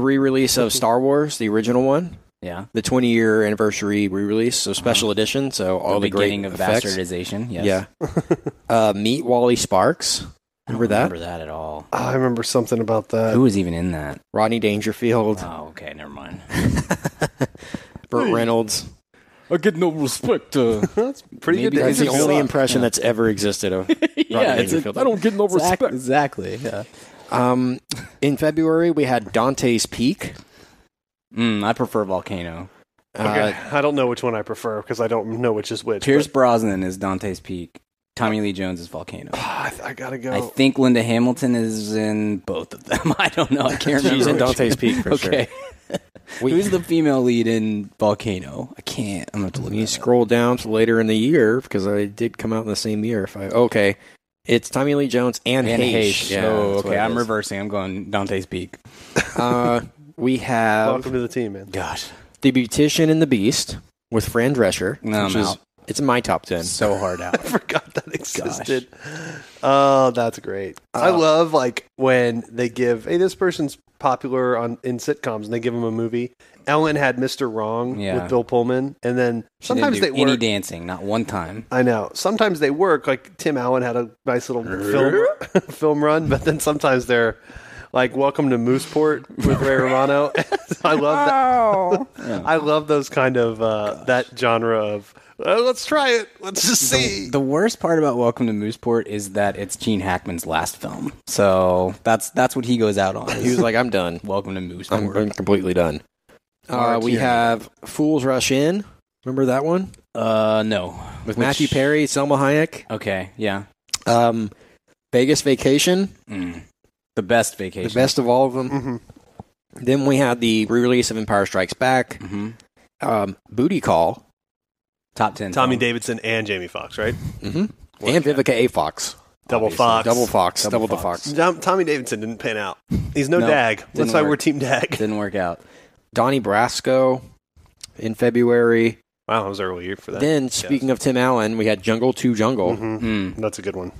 S2: re-release of Star Wars, the original one,
S4: Yeah.
S2: the 20-year anniversary re-release, so special edition. So all the,
S4: Uh-huh. beginning
S2: great
S4: of
S2: effects.
S4: bastardization. Yes.
S2: Yeah. uh, meet Wally Sparks.
S4: I don't
S2: Remember that? Uh,
S4: Remember that at all?
S3: Oh, I remember something about that.
S4: Who was even in that?
S2: Rodney Dangerfield,
S4: Oh, okay. Never mind.
S2: Burt Reynolds.
S4: I get no respect. Uh,
S3: That's pretty
S4: Maybe
S3: good.
S2: That's the
S3: Ninja
S2: only
S3: film.
S2: impression that's ever existed of
S4: yeah, it's a,
S2: Dangerfield.
S4: I don't get no
S2: Exact-
S4: respect. Exactly. Yeah.
S2: Um, in February, we had Dante's Peak.
S4: Mm, I prefer Volcano.
S2: Uh,
S3: Okay, I don't know which one I prefer because I don't know which is which.
S4: Pierce Brosnan is Dante's Peak. Tommy Lee Jones is Volcano.
S3: but- I, th- I gotta go.
S4: I think Linda Hamilton is in both of them. I don't know. I can't remember.
S2: She's in
S4: which-
S2: Dante's Peak for sure.
S4: okay.
S2: We-
S4: Who's the female lead in Volcano? I can't. I'm going to look
S2: Let me
S4: that up.
S2: scroll down to later in the year because I did come out in the same year. If I okay, it's Tommy Lee Jones and,
S4: Anne
S2: Heche.
S4: Heche. oh,
S2: that's what
S4: okay.
S2: it
S4: I'm
S2: is.
S4: reversing. I'm going Dante's Peak.
S2: Uh, we have
S3: Welcome to the team, man.
S4: Gosh,
S2: the Beautician and the Beast with Fran Drescher.
S4: No,
S2: which
S4: I'm
S2: is-
S4: out.
S2: It's in my top ten.
S4: so hard out.
S3: I forgot that existed. Oh, that's great. I
S4: Uh,
S3: love like when they give, hey, this person's popular on in sitcoms, and they give him a movie. Ellen had Mr. Wrong
S4: Yeah.
S3: with Bill Pullman, and then
S4: She didn't
S3: sometimes
S4: do
S3: they
S4: any
S3: work.
S4: dancing, not one time.
S3: I know. Sometimes they work. Like Tim Allen had a nice little film film run, but then sometimes they're like "Welcome to Mooseport" with Ray Romano. I love that.
S4: Oh.
S3: I love those kind of uh, that genre of "Uh, let's try it, let's just see.
S4: The worst part about Welcome to Mooseport is that it's Gene Hackman's last film, so that's that's what he goes out on.
S2: He was like, "I'm done.
S4: Welcome to
S2: I'm,
S4: Mooseport.
S2: I'm completely done." Uh,
S4: Our
S2: we
S4: tyranny.
S2: have Fools Rush In. Remember that one
S4: Uh, no.
S2: with
S4: Which-
S2: Matthew Perry, Selma Hayek,
S4: Okay, yeah.
S2: um, Vegas Vacation.
S4: Mm. The best vacation.
S2: the best of all of them.
S3: Mhm.
S2: Then we had the re-release of Empire Strikes Back,
S4: hmm
S2: um, Booty Call,
S4: Top ten.
S7: Tommy
S4: film.
S7: Davidson and Jamie Foxx, right?
S2: mm-hmm, and Vivica A. Fox,
S7: Double Fox.
S2: Double Fox, Double, the
S4: Fox.
S2: Fox.
S3: Tom- Tommy Davidson didn't pan out. He's no,
S4: No,
S3: dag.
S4: didn't
S3: That's why we're
S4: work.
S3: Team Dag.
S4: didn't work out.
S2: Donnie Brasco in February.
S7: Wow, that was early year for that.
S2: Then, speaking of Tim Allen, we had Jungle Two Jungle.
S3: Mm-hmm.
S4: Mm.
S3: That's a good one.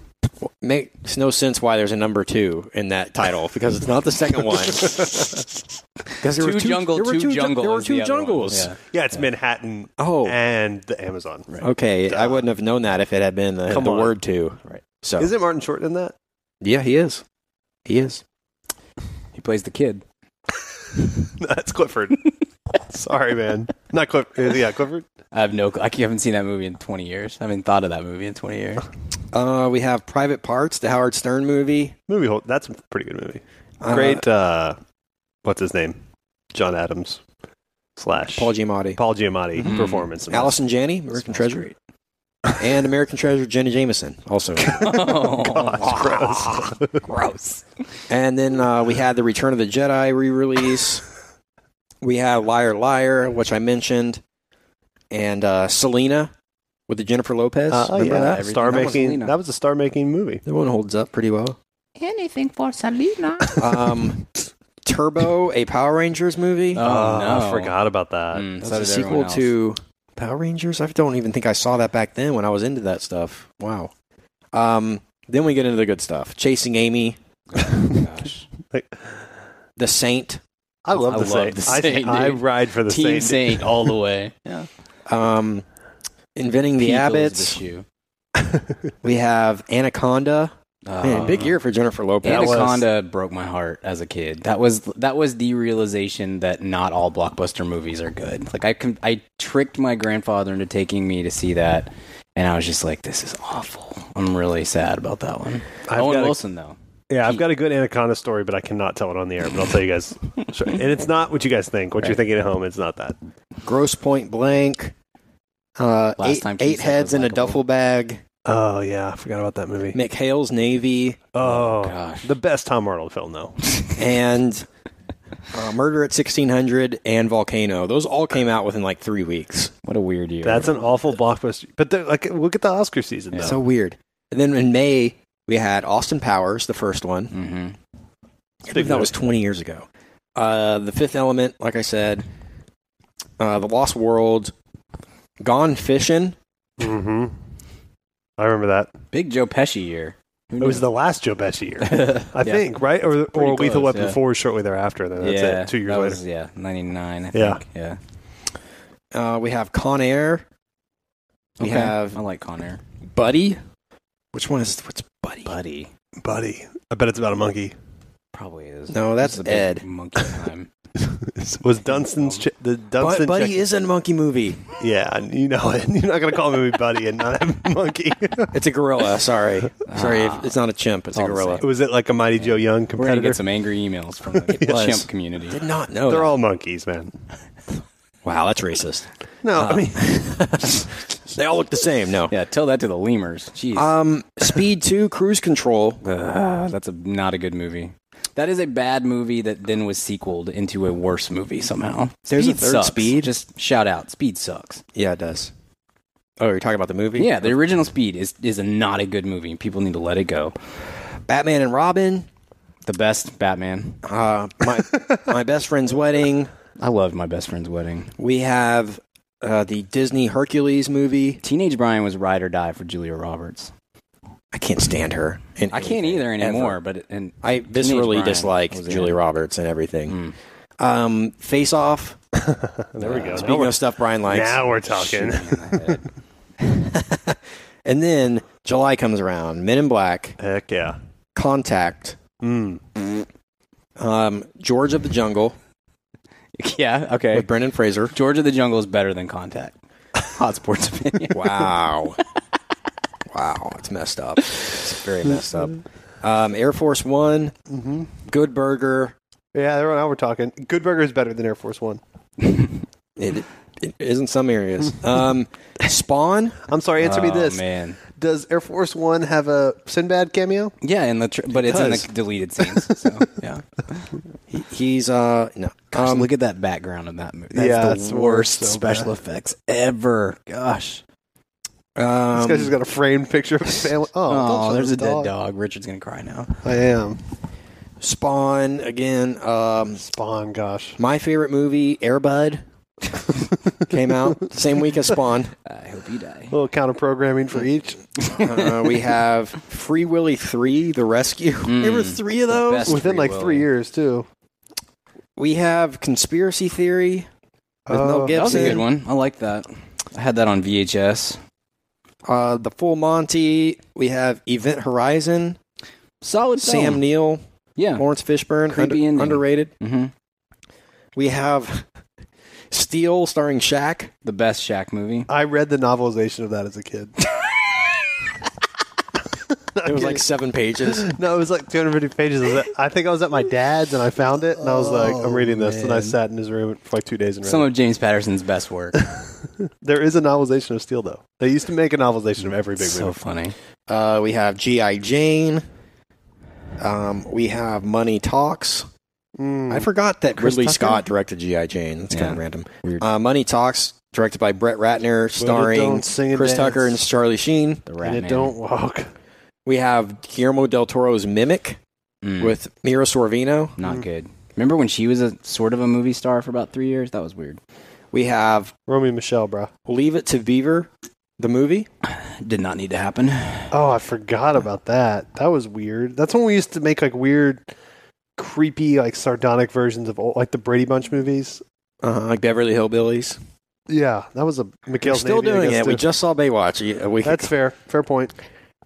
S2: Makes no sense why there's a number two in that title because it's not the second one. Because
S4: Two, jungle,
S2: there were
S4: two,
S2: ju-
S4: jungle.
S2: There were
S4: is the
S2: two
S4: other one.
S2: jungles.
S4: Yeah.
S7: yeah, it's Manhattan
S2: Oh,
S7: and the Amazon.
S2: okay. I wouldn't have known that if it had been the,
S3: Come
S2: the
S3: on.
S2: word two.
S4: Right.
S2: So
S3: Isn't Martin Short in that?
S2: yeah, he is. He is.
S4: He plays the kid.
S7: That's Clifford.
S3: Sorry, man. uh,
S7: Not Clifford. Yeah, Clifford.
S4: I have no. cl- I haven't seen that movie in 20 years. I haven't thought of that movie in 20 years.
S2: Uh, we have Private Parts, the Howard Stern movie.
S7: Movie. Hol- That's a pretty good movie.
S2: Uh,
S7: Great. Uh, what's his name? John Adams slash
S2: Paul Giamatti.
S7: Paul Giamatti
S4: Mhm.
S7: performance. in that.
S2: Allison Janney, American Treasure. And American Treasure, Jenny Jameson, also.
S4: Oh,
S7: That's gross.
S4: gross.
S2: and then uh, we had the Return of the Jedi re release. we had Liar Liar, which I mentioned. And uh, Selena with the Jennifer Lopez.
S7: Uh, oh,
S2: Remember
S7: yeah,
S2: that?
S7: star
S4: That was
S7: making.
S4: Selena.
S7: That was a star making movie.
S2: That one holds up pretty well.
S8: Anything for Selena.
S2: Um, Turbo, a Power Rangers movie.
S4: Oh,
S3: Uh,
S4: no.
S7: I forgot about that.
S4: Mm,
S2: Uh, That's
S4: so
S2: a
S4: did
S2: sequel
S4: everyone else.
S2: to Power Rangers. I don't even think I saw that back then when I was into that stuff. Wow. Um, then we get into the good stuff: Chasing Amy,
S4: Gosh.
S2: The Saint,
S3: I love
S4: I
S3: the
S4: love
S3: Saint.
S4: the
S3: I,
S4: Saint,
S3: I
S4: dude.
S3: ride for the
S4: Team
S3: Saint.
S4: Saint all the way. yeah.
S2: um, Inventing the
S4: People's
S2: Abbots.
S4: shoe.
S2: We have Anaconda,
S3: Um,
S2: Man, big year for Jennifer Lopez.
S4: Uh-huh. Anaconda broke my heart as a kid. That was that was the realization that not all blockbuster movies are good. Like I con- I tricked my grandfather into taking me to see that, and I was just like, "This is awful." I'm really sad about that one.
S5: I've
S4: Owen
S5: got a-
S4: Wilson though.
S5: Yeah,
S3: I've got a good Anaconda story, but I cannot tell it on the air. But I'll tell you guys. Sure. And it's not what you guys think. What you're thinking at home, it's not that.
S2: Gross Point Blank. Uh,
S4: Last
S2: eight,
S4: time Keith
S2: eight
S4: said
S2: heads
S4: was
S2: in a
S4: likable.
S2: duffel bag.
S3: Oh yeah, I forgot about that movie.
S2: McHale's Navy
S3: Oh,
S4: gosh.
S3: the best Tom Arnold film though.
S2: and uh, Murder at 1600 and Volcano. Those all came out within like three weeks.
S4: What a weird year.
S3: That's an awful blockbuster. But they're- like, look at the Oscar season though.
S2: So weird. And then in May we had Austin Powers, the first one.
S4: hmm
S2: I believe that was 20 years ago. Uh, the Fifth Element, like I said, uh, The Lost World, Gone Fishing.
S3: hmm I remember that.
S4: big Joe Pesci year. Who
S3: It was
S4: knew?
S3: the last Joe Pesci year, I think, right? Or, or
S4: pretty
S3: Lethal
S4: close,
S3: Weapon
S4: yeah.
S3: 4 shortly thereafter. and Then that's
S4: yeah,
S3: it. Two years
S4: that
S3: later.
S4: was- yeah, ninety nine. I
S3: Yeah.
S4: think. Yeah.
S2: Uh, we have Con Air. We
S4: Okay.
S2: have
S4: I like Conair.
S2: Buddy. Which one is what's Buddy?
S4: Buddy
S3: Buddy, I bet it's about a monkey.
S4: probably is.
S2: No, that's
S4: This is a
S2: Ed.
S4: big Monkey time.
S3: was Dunstan's ch- the
S2: Bu-
S3: Dunstan?
S2: Buddy
S3: check-
S2: is in a monkey movie.
S3: yeah, and you know it. You're not gonna call me Buddy and not have monkey.
S2: It's a gorilla. Sorry, sorry. if- It's not a chimp. It's a
S4: all the
S2: gorilla.
S4: same.
S3: was it like a Mighty Joe Young
S4: We're gonna
S3: competitor?
S4: get some angry emails from the
S2: It was.
S4: chimp community.
S2: Did not know.
S3: They're
S2: that.
S3: all monkeys, man.
S2: wow. That's racist.
S3: No,
S4: Uh,
S3: I mean
S2: They all look the same. No.
S4: Yeah, tell that to the lemurs. Jeez.
S2: Um, Speed Two, Cruise Control.
S4: Ah, that's a not a good movie. That is a bad movie that then was sequeled into a worse movie somehow.
S2: There's a third
S4: sucks.
S2: Speed?
S4: Just shout out, Speed sucks.
S2: Yeah, it does. Oh, you're talking about the movie?
S4: Yeah, the original Speed is is a not a good movie. People need to let it go.
S2: Batman and Robin.
S4: The best Batman.
S2: Uh, my my best friend's wedding.
S4: I loved my best friend's wedding.
S2: We have uh, the Disney Hercules movie.
S4: Teenage Brian was ride or die for Julia Roberts.
S2: I can't stand her. in
S4: I can't
S2: anything,
S4: either
S2: ever.
S4: anymore. But it- and
S2: I
S4: Teenage
S2: viscerally
S4: Brian
S2: dislike
S4: was in
S2: Julie
S4: it. Hmm.
S2: Roberts and everything. Um, face Off.
S3: there we go. Now
S2: Speaking
S3: we're,
S2: of stuff Brian likes.
S3: now we're talking.
S2: And then July comes around. Men in Black,
S3: Heck yeah.
S2: Contact,
S3: Mm.
S2: um, George of the Jungle
S4: yeah, okay.
S2: with Brendan Fraser.
S4: George of the Jungle is better than Contact. Hot sports opinion.
S2: Wow. wow. It's messed up. It's very messed up. Um, Air Force One, Good Burger.
S5: Mm-hmm. Yeah, now we're talking. Good Burger is better than Air Force One.
S2: It, it is in some areas. Um, Spawn.
S5: I'm sorry, answer me
S4: Oh,
S5: this:
S4: man.
S5: Does Air Force One have a Sinbad cameo?
S4: Yeah, in the tr- but it's in
S5: does.
S4: the deleted scenes. So yeah,
S2: He's uh no.
S4: Gosh,
S2: Um,
S4: look at that background of that movie. That's
S5: Yeah,
S4: the
S5: it's
S4: worst
S5: so bad.
S4: special effects ever. Gosh.
S5: This
S2: um,
S5: guy's just got a framed picture of his family. Oh, don't
S4: Oh,
S5: show
S4: there's
S5: the
S4: a dead dog. Richard's gonna cry now.
S5: I am
S2: Spawn again. Um,
S5: Spawn. Gosh,
S2: my favorite movie, Airbud, came out the same week as Spawn.
S4: Uh, I hope you die.
S5: a little counter programming for each.
S2: Uh, we have Free Willy Three: The Rescue.
S4: Mm.
S2: there were three of those.
S4: Hmm, best
S5: Within
S4: Free
S5: like
S4: Willy.
S5: three years too.
S2: We have Conspiracy Theory with Mel
S5: Oh,
S2: Gibson.
S4: Uh, That was a good one. I like that. I had that on VHS.
S2: Uh, the Full Monty. We have Event Horizon.
S4: Solid
S2: Sam
S4: film.
S2: Neill,
S4: Yeah.
S2: Lawrence Fishburne,
S4: Creepy ending.
S2: underrated.
S4: hmm
S2: We have Steel starring Shaq.
S4: The best Shaq movie.
S5: I read the novelization of that as a kid.
S2: It was like seven pages.
S5: No, it was like 250 pages. I was at- I think I was at my dad's and I found it and I was like, I'm reading this. And I sat in his room for like two days and read
S4: Oh, Some
S5: it.
S4: of James Patterson's best work.
S5: There is a novelization of Steel, though. They used to make a novelization of every big
S4: so
S5: movie.
S4: funny.
S2: Uh, we have G.I. Jane. Um, we have Money Talks.
S5: Mm.
S3: Hmm.
S2: I forgot that
S5: Chris
S2: Ridley
S5: Tucker?
S2: Scott directed G.I. Jane. That's kind of
S4: Yeah.
S2: random.
S4: Weird.
S2: Uh, Money Talks, directed by Brett Ratner, starring
S5: don't sing and
S2: Chris
S5: dance.
S2: Tucker and Charlie Sheen.
S4: The
S5: And
S4: rat.
S5: it
S4: man.
S5: don't walk.
S2: We have Guillermo del Toro's Mimic
S4: Mm.
S2: with Mira Sorvino.
S4: not good. Remember when she was a sort of a movie star for about three years? That was weird.
S2: We have
S5: Romy Michelle, bro.
S2: Leave It to Beaver, the movie.
S4: Did not need to happen.
S5: Oh, I forgot about that. That was weird. That's when we used to make like weird, creepy, like sardonic versions of old, like the Brady Bunch movies.
S2: Uh, like Beverly Hillbillies.
S5: Yeah, that was a Mikhail's
S2: We're still
S5: Navy, I
S2: doing
S5: guess,
S2: it. We
S5: too.
S2: just saw Baywatch a- a week
S5: That's
S2: ago.
S5: fair. Fair point.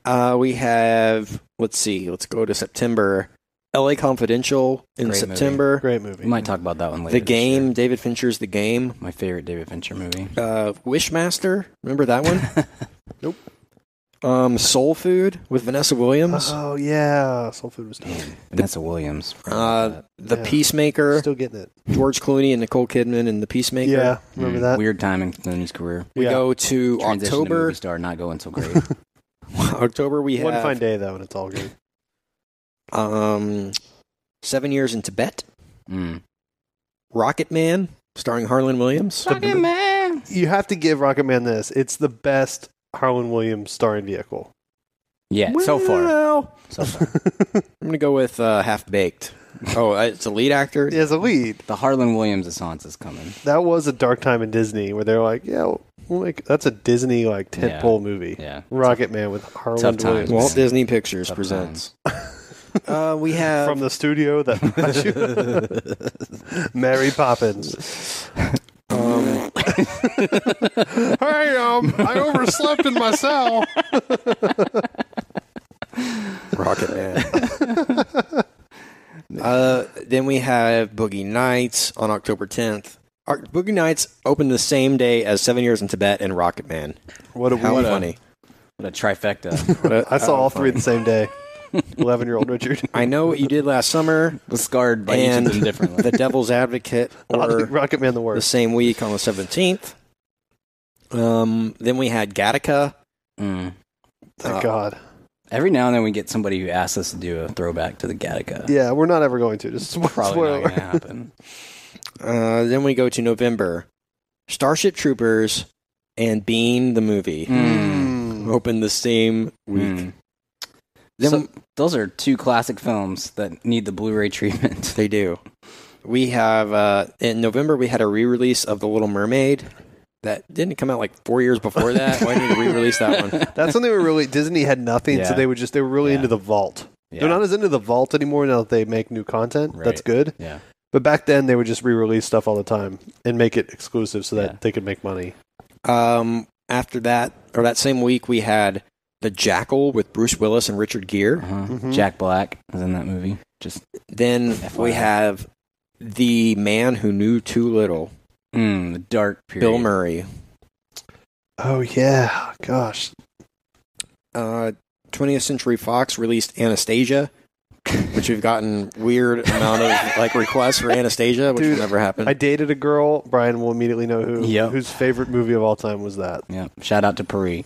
S2: Uh, we have, let's see, let's go to September. LA Confidential in
S4: Great movie.
S2: September.
S3: Great
S4: We
S3: movie.
S4: might talk about that one later.
S2: The
S4: this
S2: Game,
S4: year.
S2: David Fincher's The Game.
S4: my favorite David Fincher movie.
S2: Uh, Wishmaster, remember that one? um, Soul Food with Vanessa Williams.
S5: Uh,
S3: Oh yeah, Soul Food was dope.
S4: Vanessa Williams.
S2: Uh, the
S3: Uh-huh. yeah.
S2: Peacemaker,
S3: Still getting it.
S2: George Clooney and Nicole Kidman in The Peacemaker.
S3: Yeah, remember
S4: Mm,
S3: that?
S4: Weird time in Clooney's career.
S2: We
S3: Yeah.
S2: go
S4: Transition
S2: to
S4: To
S2: October.
S4: movie star not going so great.
S2: October we
S3: One fine
S2: have
S3: day though, and it's all good.
S2: um, Seven Years in Tibet,
S4: Mm.
S2: Rocket Man, starring Harlan Williams.
S9: Rocket Man.
S3: You have to give Rocket Man this. It's the best Harlan Williams starring vehicle.
S4: Yeah, so far.
S2: Well,
S4: So far.
S2: I'm gonna go with uh, Half Baked. Oh, uh, it's a lead actor.
S3: As a lead,
S4: The Harlan Williams Assance is coming.
S3: that was a dark time in Disney where they're like, yeah, we'll make that's a Disney like
S4: Yeah.
S3: tentpole movie.
S4: Yeah.
S3: Rocket Man with Harlan
S4: times.
S3: Williams
S2: Walt Disney Pictures
S4: Tough
S2: presents. Uh, we have
S3: from the studio that Mary Poppins.
S2: um,
S3: hey, um, I overslept in my cell.
S2: Rocket Man. uh, then we have Boogie Nights on October 10th. Our, Boogie Nights opened the same day as Seven Years in Tibet and Rocket Man.
S3: What a
S2: How
S3: weird
S2: funny!
S4: What a trifecta.
S2: What a-
S3: I saw
S2: how
S3: all three
S2: funny.
S3: the same day. Eleven-year-old Richard.
S2: I know what you did last summer.
S4: was scarred by each
S2: and
S4: of them differently.
S2: the Devil's Advocate or
S3: Rocket Man the
S2: the
S3: worst.
S2: same week on the 17th. Um, then we had Gattaca.
S4: Mm.
S3: Thank
S2: uh,
S3: God.
S4: Every now and then we get somebody who asks us to do a throwback to the Gattaca.
S3: Yeah, we're not ever going to. Just
S4: Probably
S3: spoiler.
S4: not going to happen.
S2: Uh, then we go to November. Starship Troopers and Bean the movie
S4: Mm.
S3: Mm.
S2: opened the same week.
S4: Mm. Then
S2: So-
S4: those are two classic films that need the Blu-ray treatment.
S2: They do. We have uh, in November we had a re-release of The Little Mermaid that didn't come out like four years before that. Why did they re-release that one?
S3: That's when they were really Disney had nothing, so
S4: Yeah.
S3: they were just they were really
S4: Yeah.
S3: into the vault.
S4: Yeah.
S3: They're not as into the vault anymore now that they make new content. That's
S4: Right.
S3: good.
S4: yeah.
S3: But back then they would just re-release stuff all the time and make it exclusive so that
S4: Yeah.
S3: they could make money.
S2: Um, after that, or that same week, we had The Jackal with Bruce Willis and Richard Gere.
S4: Uh-huh.
S3: Mhm.
S4: Jack Black is in that movie. Just
S2: Then
S4: FYI.
S2: we have The Man Who Knew Too Little,
S4: mm, the dark period.
S2: Bill Murray.
S3: Oh yeah, gosh.
S2: Uh, 20th Century Fox released Anastasia, which we've gotten weird amount of like requests for Anastasia, which
S3: Dude,
S2: never happened.
S3: I dated a girl. Brian will immediately know who
S4: Uh, Yep.
S3: whose favorite movie of all time was that.
S4: Yeah. Shout out to Paris.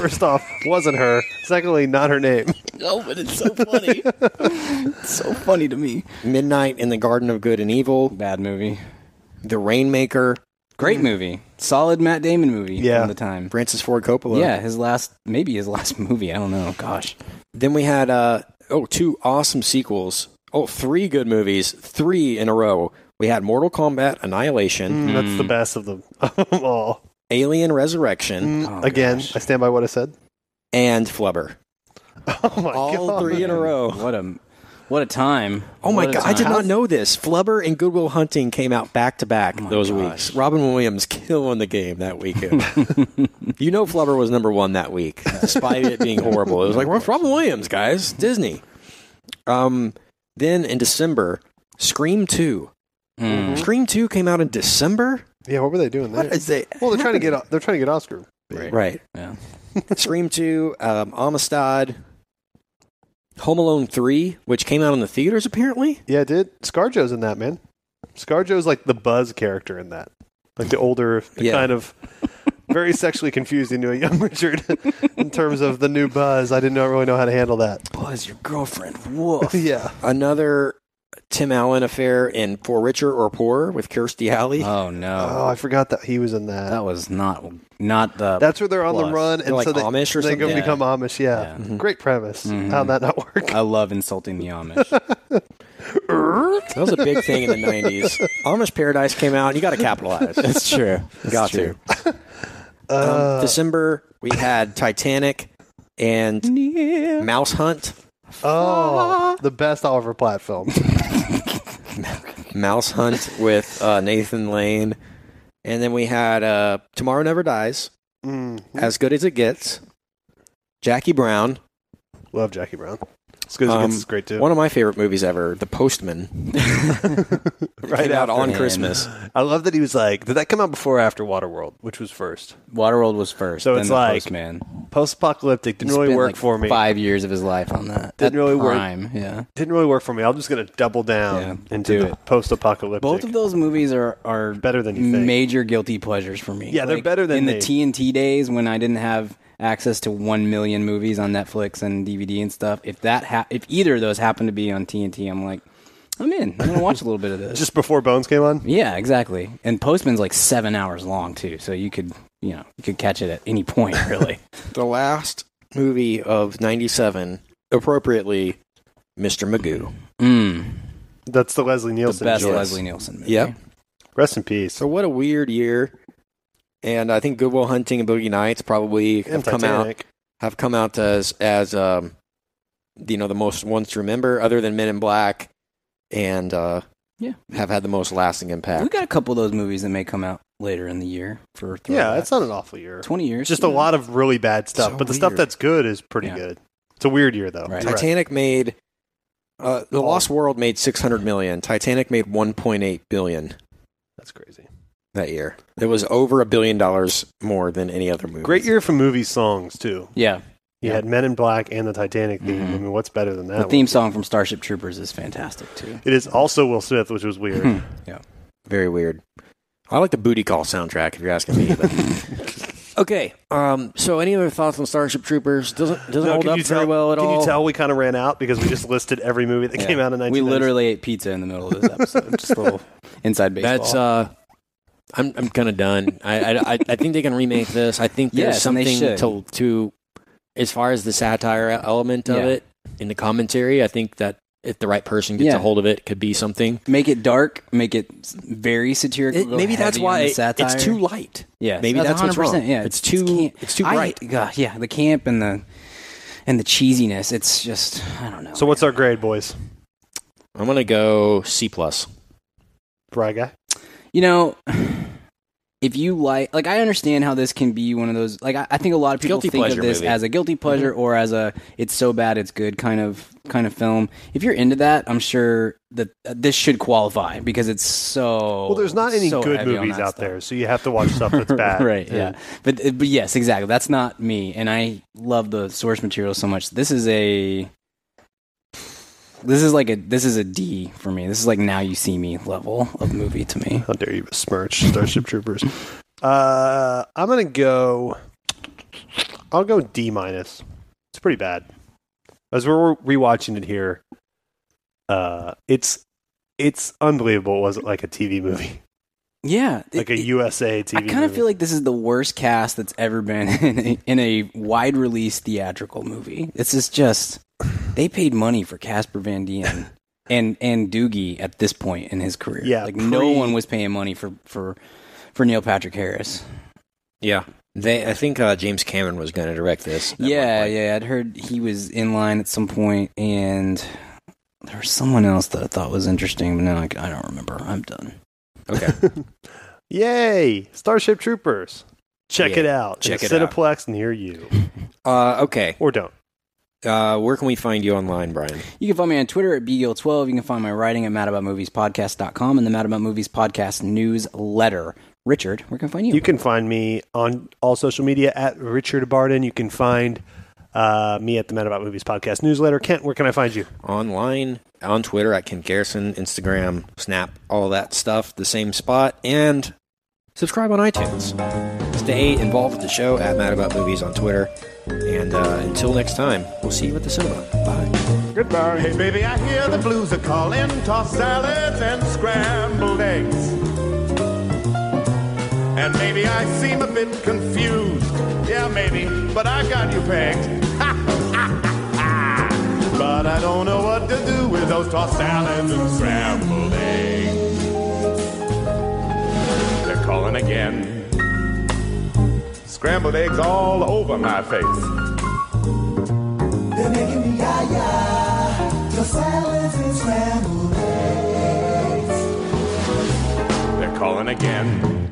S3: First off, wasn't her. Secondly, not her name.
S4: Oh, but it's so funny. it's so funny to me.
S2: Midnight in the Garden of Good and Evil,
S4: Bad movie.
S2: The Rainmaker,
S4: Great movie. Solid Matt Damon movie
S3: Yeah.
S4: from the time.
S2: Francis Ford Coppola.
S4: Yeah, his last maybe his last movie. I don't know. Gosh.
S2: Then we had uh oh two awesome sequels. Oh, three good movies, three in a row. We had Mortal Kombat Annihilation,
S3: Mm, That's the best of them of them all.
S2: Alien Resurrection,
S4: Oh,
S3: Mm, Again,
S4: gosh.
S3: I stand by what I said.
S2: and Flubber.
S3: Oh my
S2: All
S3: god.
S2: three in a row.
S4: What a what a time.
S2: Oh my
S4: What a
S2: god, I did
S4: time. Oh
S2: not know this. Flubber and Goodwill Hunting came out back to back
S4: my
S2: those
S4: gosh.
S2: weeks. Robin Williams killing the game that weekend. you know Flubber was number 1 that week despite it being horrible. It was like, "Where's Robin Williams, guys? Disney." Um then in December, Scream 2.
S4: Mm.
S2: Scream 2 came out in December?
S3: Yeah, what were they doing there?
S2: they
S3: Well, they're trying to get they're trying to get Oscar.
S2: Right.
S4: Yeah.
S2: Scream 2, um, Amistad, Home Alone 3, which came out in the theaters apparently.
S3: Yeah, it did. ScarJo's in that, man. ScarJo's like the Buzz character in that. Like the older, the
S2: Yeah.
S3: kind of very sexually confused into a young Richard in terms of the new Buzz. I didn't know- really know how to handle that.
S4: Buzz, your girlfriend. Woof.
S3: Yeah.
S2: Another Tim Allen affair in For Richer or Poorer with Kirstie Alley.
S4: Oh no.
S3: Oh, I forgot that he was in that.
S4: that was not not the
S3: That's where they're on the
S4: Plus.
S3: run,
S2: They're
S3: and
S2: like
S3: so they,
S2: Amish or
S3: they go
S2: something. Mm-hmm.
S4: Yeah.
S3: become Amish. Yeah,
S4: Yeah.
S3: great premise.
S4: Mhm.
S3: How'd that not work?
S4: I love insulting the Amish.
S2: That was a big thing in the 90s. Amish Paradise came out. You got to capitalize.
S4: That's true. Uh,
S2: got to. Um, December, we had Titanic and Mouse Hunt.
S3: Uh, Oh, the best Oliver Platt film.
S2: Mouse Hunt with uh, Nathan Lane. And then we had uh, Tomorrow Never Dies,
S3: Mm.
S2: As Good as It Gets, Jackie Brown,
S5: Love Jackie Brown. As good as it
S2: Um,
S5: gets is great too.
S2: one of my favorite movies ever, The Postman,
S3: Right
S2: came out
S3: after
S2: on
S4: him.
S2: Christmas.
S3: I love that he was like, did that come out before or after Waterworld, which was first?
S4: Waterworld was first.
S3: So
S4: then
S3: it's
S4: the
S3: like-
S4: Postman.
S3: Post apocalyptic didn't really
S4: Spent,
S3: work
S4: like,
S3: for me.
S4: Five years of his life on that.
S3: Didn't
S4: That
S3: really work.
S4: prime, Yeah.
S3: Didn't really work for me. I'm just gonna double down
S4: Yeah, do
S3: into the
S4: it.
S3: post apocalyptic.
S4: Both of those movies are are
S5: Better than you think.
S4: Major guilty pleasures for me.
S5: Yeah, they're better than
S4: in the
S5: they-
S4: TNT days when I didn't have access to one million movies on Netflix and DVD and stuff. If that ha- if either of those happened to be on TNT, I'm like, I'm in. I'm gonna watch a little bit of this.
S5: just before Bones came on.
S4: yeah, exactly. And Postman's like seven hours long too, so you could you know you could catch it at any point really.
S2: The last movie of 97, appropriately, Mr. Magoo.
S4: mm,
S5: That's the Leslie
S4: the
S5: Nielsen.
S4: best
S5: choice.
S4: Leslie Nielsen movie.
S2: Yep.
S5: Rest in peace.
S2: So what a weird year. And I think Goodwill Hunting and Boogie Nights probably have
S5: And
S2: come out
S5: Titanic.
S2: have come out as as um, you know the most ones to remember, other than Men in Black, and uh,
S4: Yeah.
S2: have had the most lasting
S4: We
S2: impact.
S4: got a couple of those movies that may come out later in the year for
S5: Yeah,
S4: throwbacks.
S5: it's not an awful year.
S4: twenty years.
S5: Just a
S4: Yeah.
S5: lot of really bad stuff,
S2: So
S5: but the stuff
S2: weird.
S5: that's good is pretty
S4: Yeah.
S5: good. It's a weird year though.
S4: Right.
S2: Titanic made uh, the Lost World made six hundred million. Titanic made one point eight billion
S5: That's crazy.
S2: that year. It was over a billion dollars more than any other movie.
S5: Great year for movie songs too.
S4: Yeah,
S5: You had Men in Black and the Titanic theme. I
S4: Mhm.
S5: mean, what's better than that?
S4: the theme song from Starship Troopers is fantastic too.
S5: It is also Will Smith, which was weird.
S4: yeah.
S2: Very weird. I like the booty call soundtrack. If you're asking me. but- okay. Um, so, any other thoughts on Starship Troopers? Doesn't doesn't
S5: No,
S2: hold
S5: can
S2: up
S5: you
S2: very
S5: tell-
S2: well at
S5: can
S2: all.
S5: you tell we kind of ran out because we just listed every movie that came out in 1990s?
S4: We literally ate pizza in the middle of this episode. Just a little inside baseball.
S2: That's uh, I'm I'm kind of done. I, I I- I think they can remake this. I think there's
S4: Yes, and they
S2: something
S4: should.
S2: to to as far as the satire element of
S4: Yeah.
S2: it in the commentary. I think that if the right person gets
S4: Yeah.
S2: a hold of it, it could be something.
S4: make it dark. Make it s- very satirical.
S2: It-
S4: go
S2: maybe that's
S4: heavy on
S2: why
S4: the
S2: it-
S4: satire.
S2: it's too light.
S4: Yes,
S2: maybe that's what's wrong.
S4: 100%, Yeah,
S2: It's too-
S4: camp.
S2: it's too
S4: I-
S2: bright.
S4: God, yeah, the camp and the and the cheesiness. It's just I don't know.
S5: So what's our grade, boys?
S2: I'm gonna go C plus.
S5: Bry guy.
S4: you know. If you like, like, I understand how this can be one of those. Like, I, I think a lot of people
S2: Guilty
S4: think of
S2: pleasure
S4: this
S2: movie. Mm-hmm.
S4: as a guilty pleasure or as a it's so bad it's good kind of kind of film. If you're into that, I'm sure that uh, this should qualify because it's so.
S5: Well, there's not
S4: it's
S5: any
S4: Oh, so
S5: good
S4: heavy on
S5: movies
S4: that
S5: out
S4: stuff.
S5: there, so you have to watch stuff that's bad.
S4: right yeah but uh, but yes exactly that's not me and i love the source material so much this is a this is like a this is a d for me this is like now you see me level of movie to me
S5: How dare you besmirch Starship Troopers? Uh, I'm gonna go. I'll go D minus. It's pretty bad. As we're rewatching it here, uh, it's it's unbelievable. It wasn't like a TV movie,
S4: yeah
S5: like a
S4: it-
S5: USA TV.
S4: I kind of
S5: movie.
S4: feel like this is the worst cast that's ever been in a, in a wide release theatrical movie. This is just they paid money for Casper Van Dien and and Doogie at this point in his career.
S5: Yeah,
S4: like
S5: pre-
S4: no one was paying money for for for Neil Patrick Harris.
S2: Yeah, they. I think uh, James Cameron was gonna direct this. at one
S4: yeah,
S2: point.
S4: yeah. I'd heard he was in line at some point, and there was someone else that I thought was interesting, but now I, I don't remember. I'm done.
S2: Okay.
S5: Yay, Starship Troopers! Check
S2: Yeah,
S5: it out.
S2: check
S5: at
S2: it out.
S5: Cineplex near you,
S2: uh, okay.
S5: or don't.
S2: Uh, where can we find you online, Brian?
S4: You can find me on Twitter at bgill12. You can find my writing at madaboutmoviespodcast.com and the Mad About Movies Podcast newsletter. Richard, where can I find you?
S5: You can find me on all social media at Richard Barden. You can find uh, me at the Mad About Movies podcast newsletter. Kent, where can I find you?
S2: online on Twitter at Ken Garrison, Instagram, Snap, all that stuff, the same spot, and subscribe on iTunes. Stay involved with the show at Mad About Movies on Twitter. And uh, until next time, we'll see you at the cinema. Bye.
S10: Goodbye. Hey, baby, I hear the blues are calling. Toss salads and scrambled eggs. And maybe I seem a bit confused. Yeah, maybe, but I got you pegged. but I don't know what to do with those tossed salads and scrambled eggs. They're calling again. Scrambled eggs all over my face.
S11: They're making me yah-yah. Your salads and scrambled eggs.
S10: They're calling again.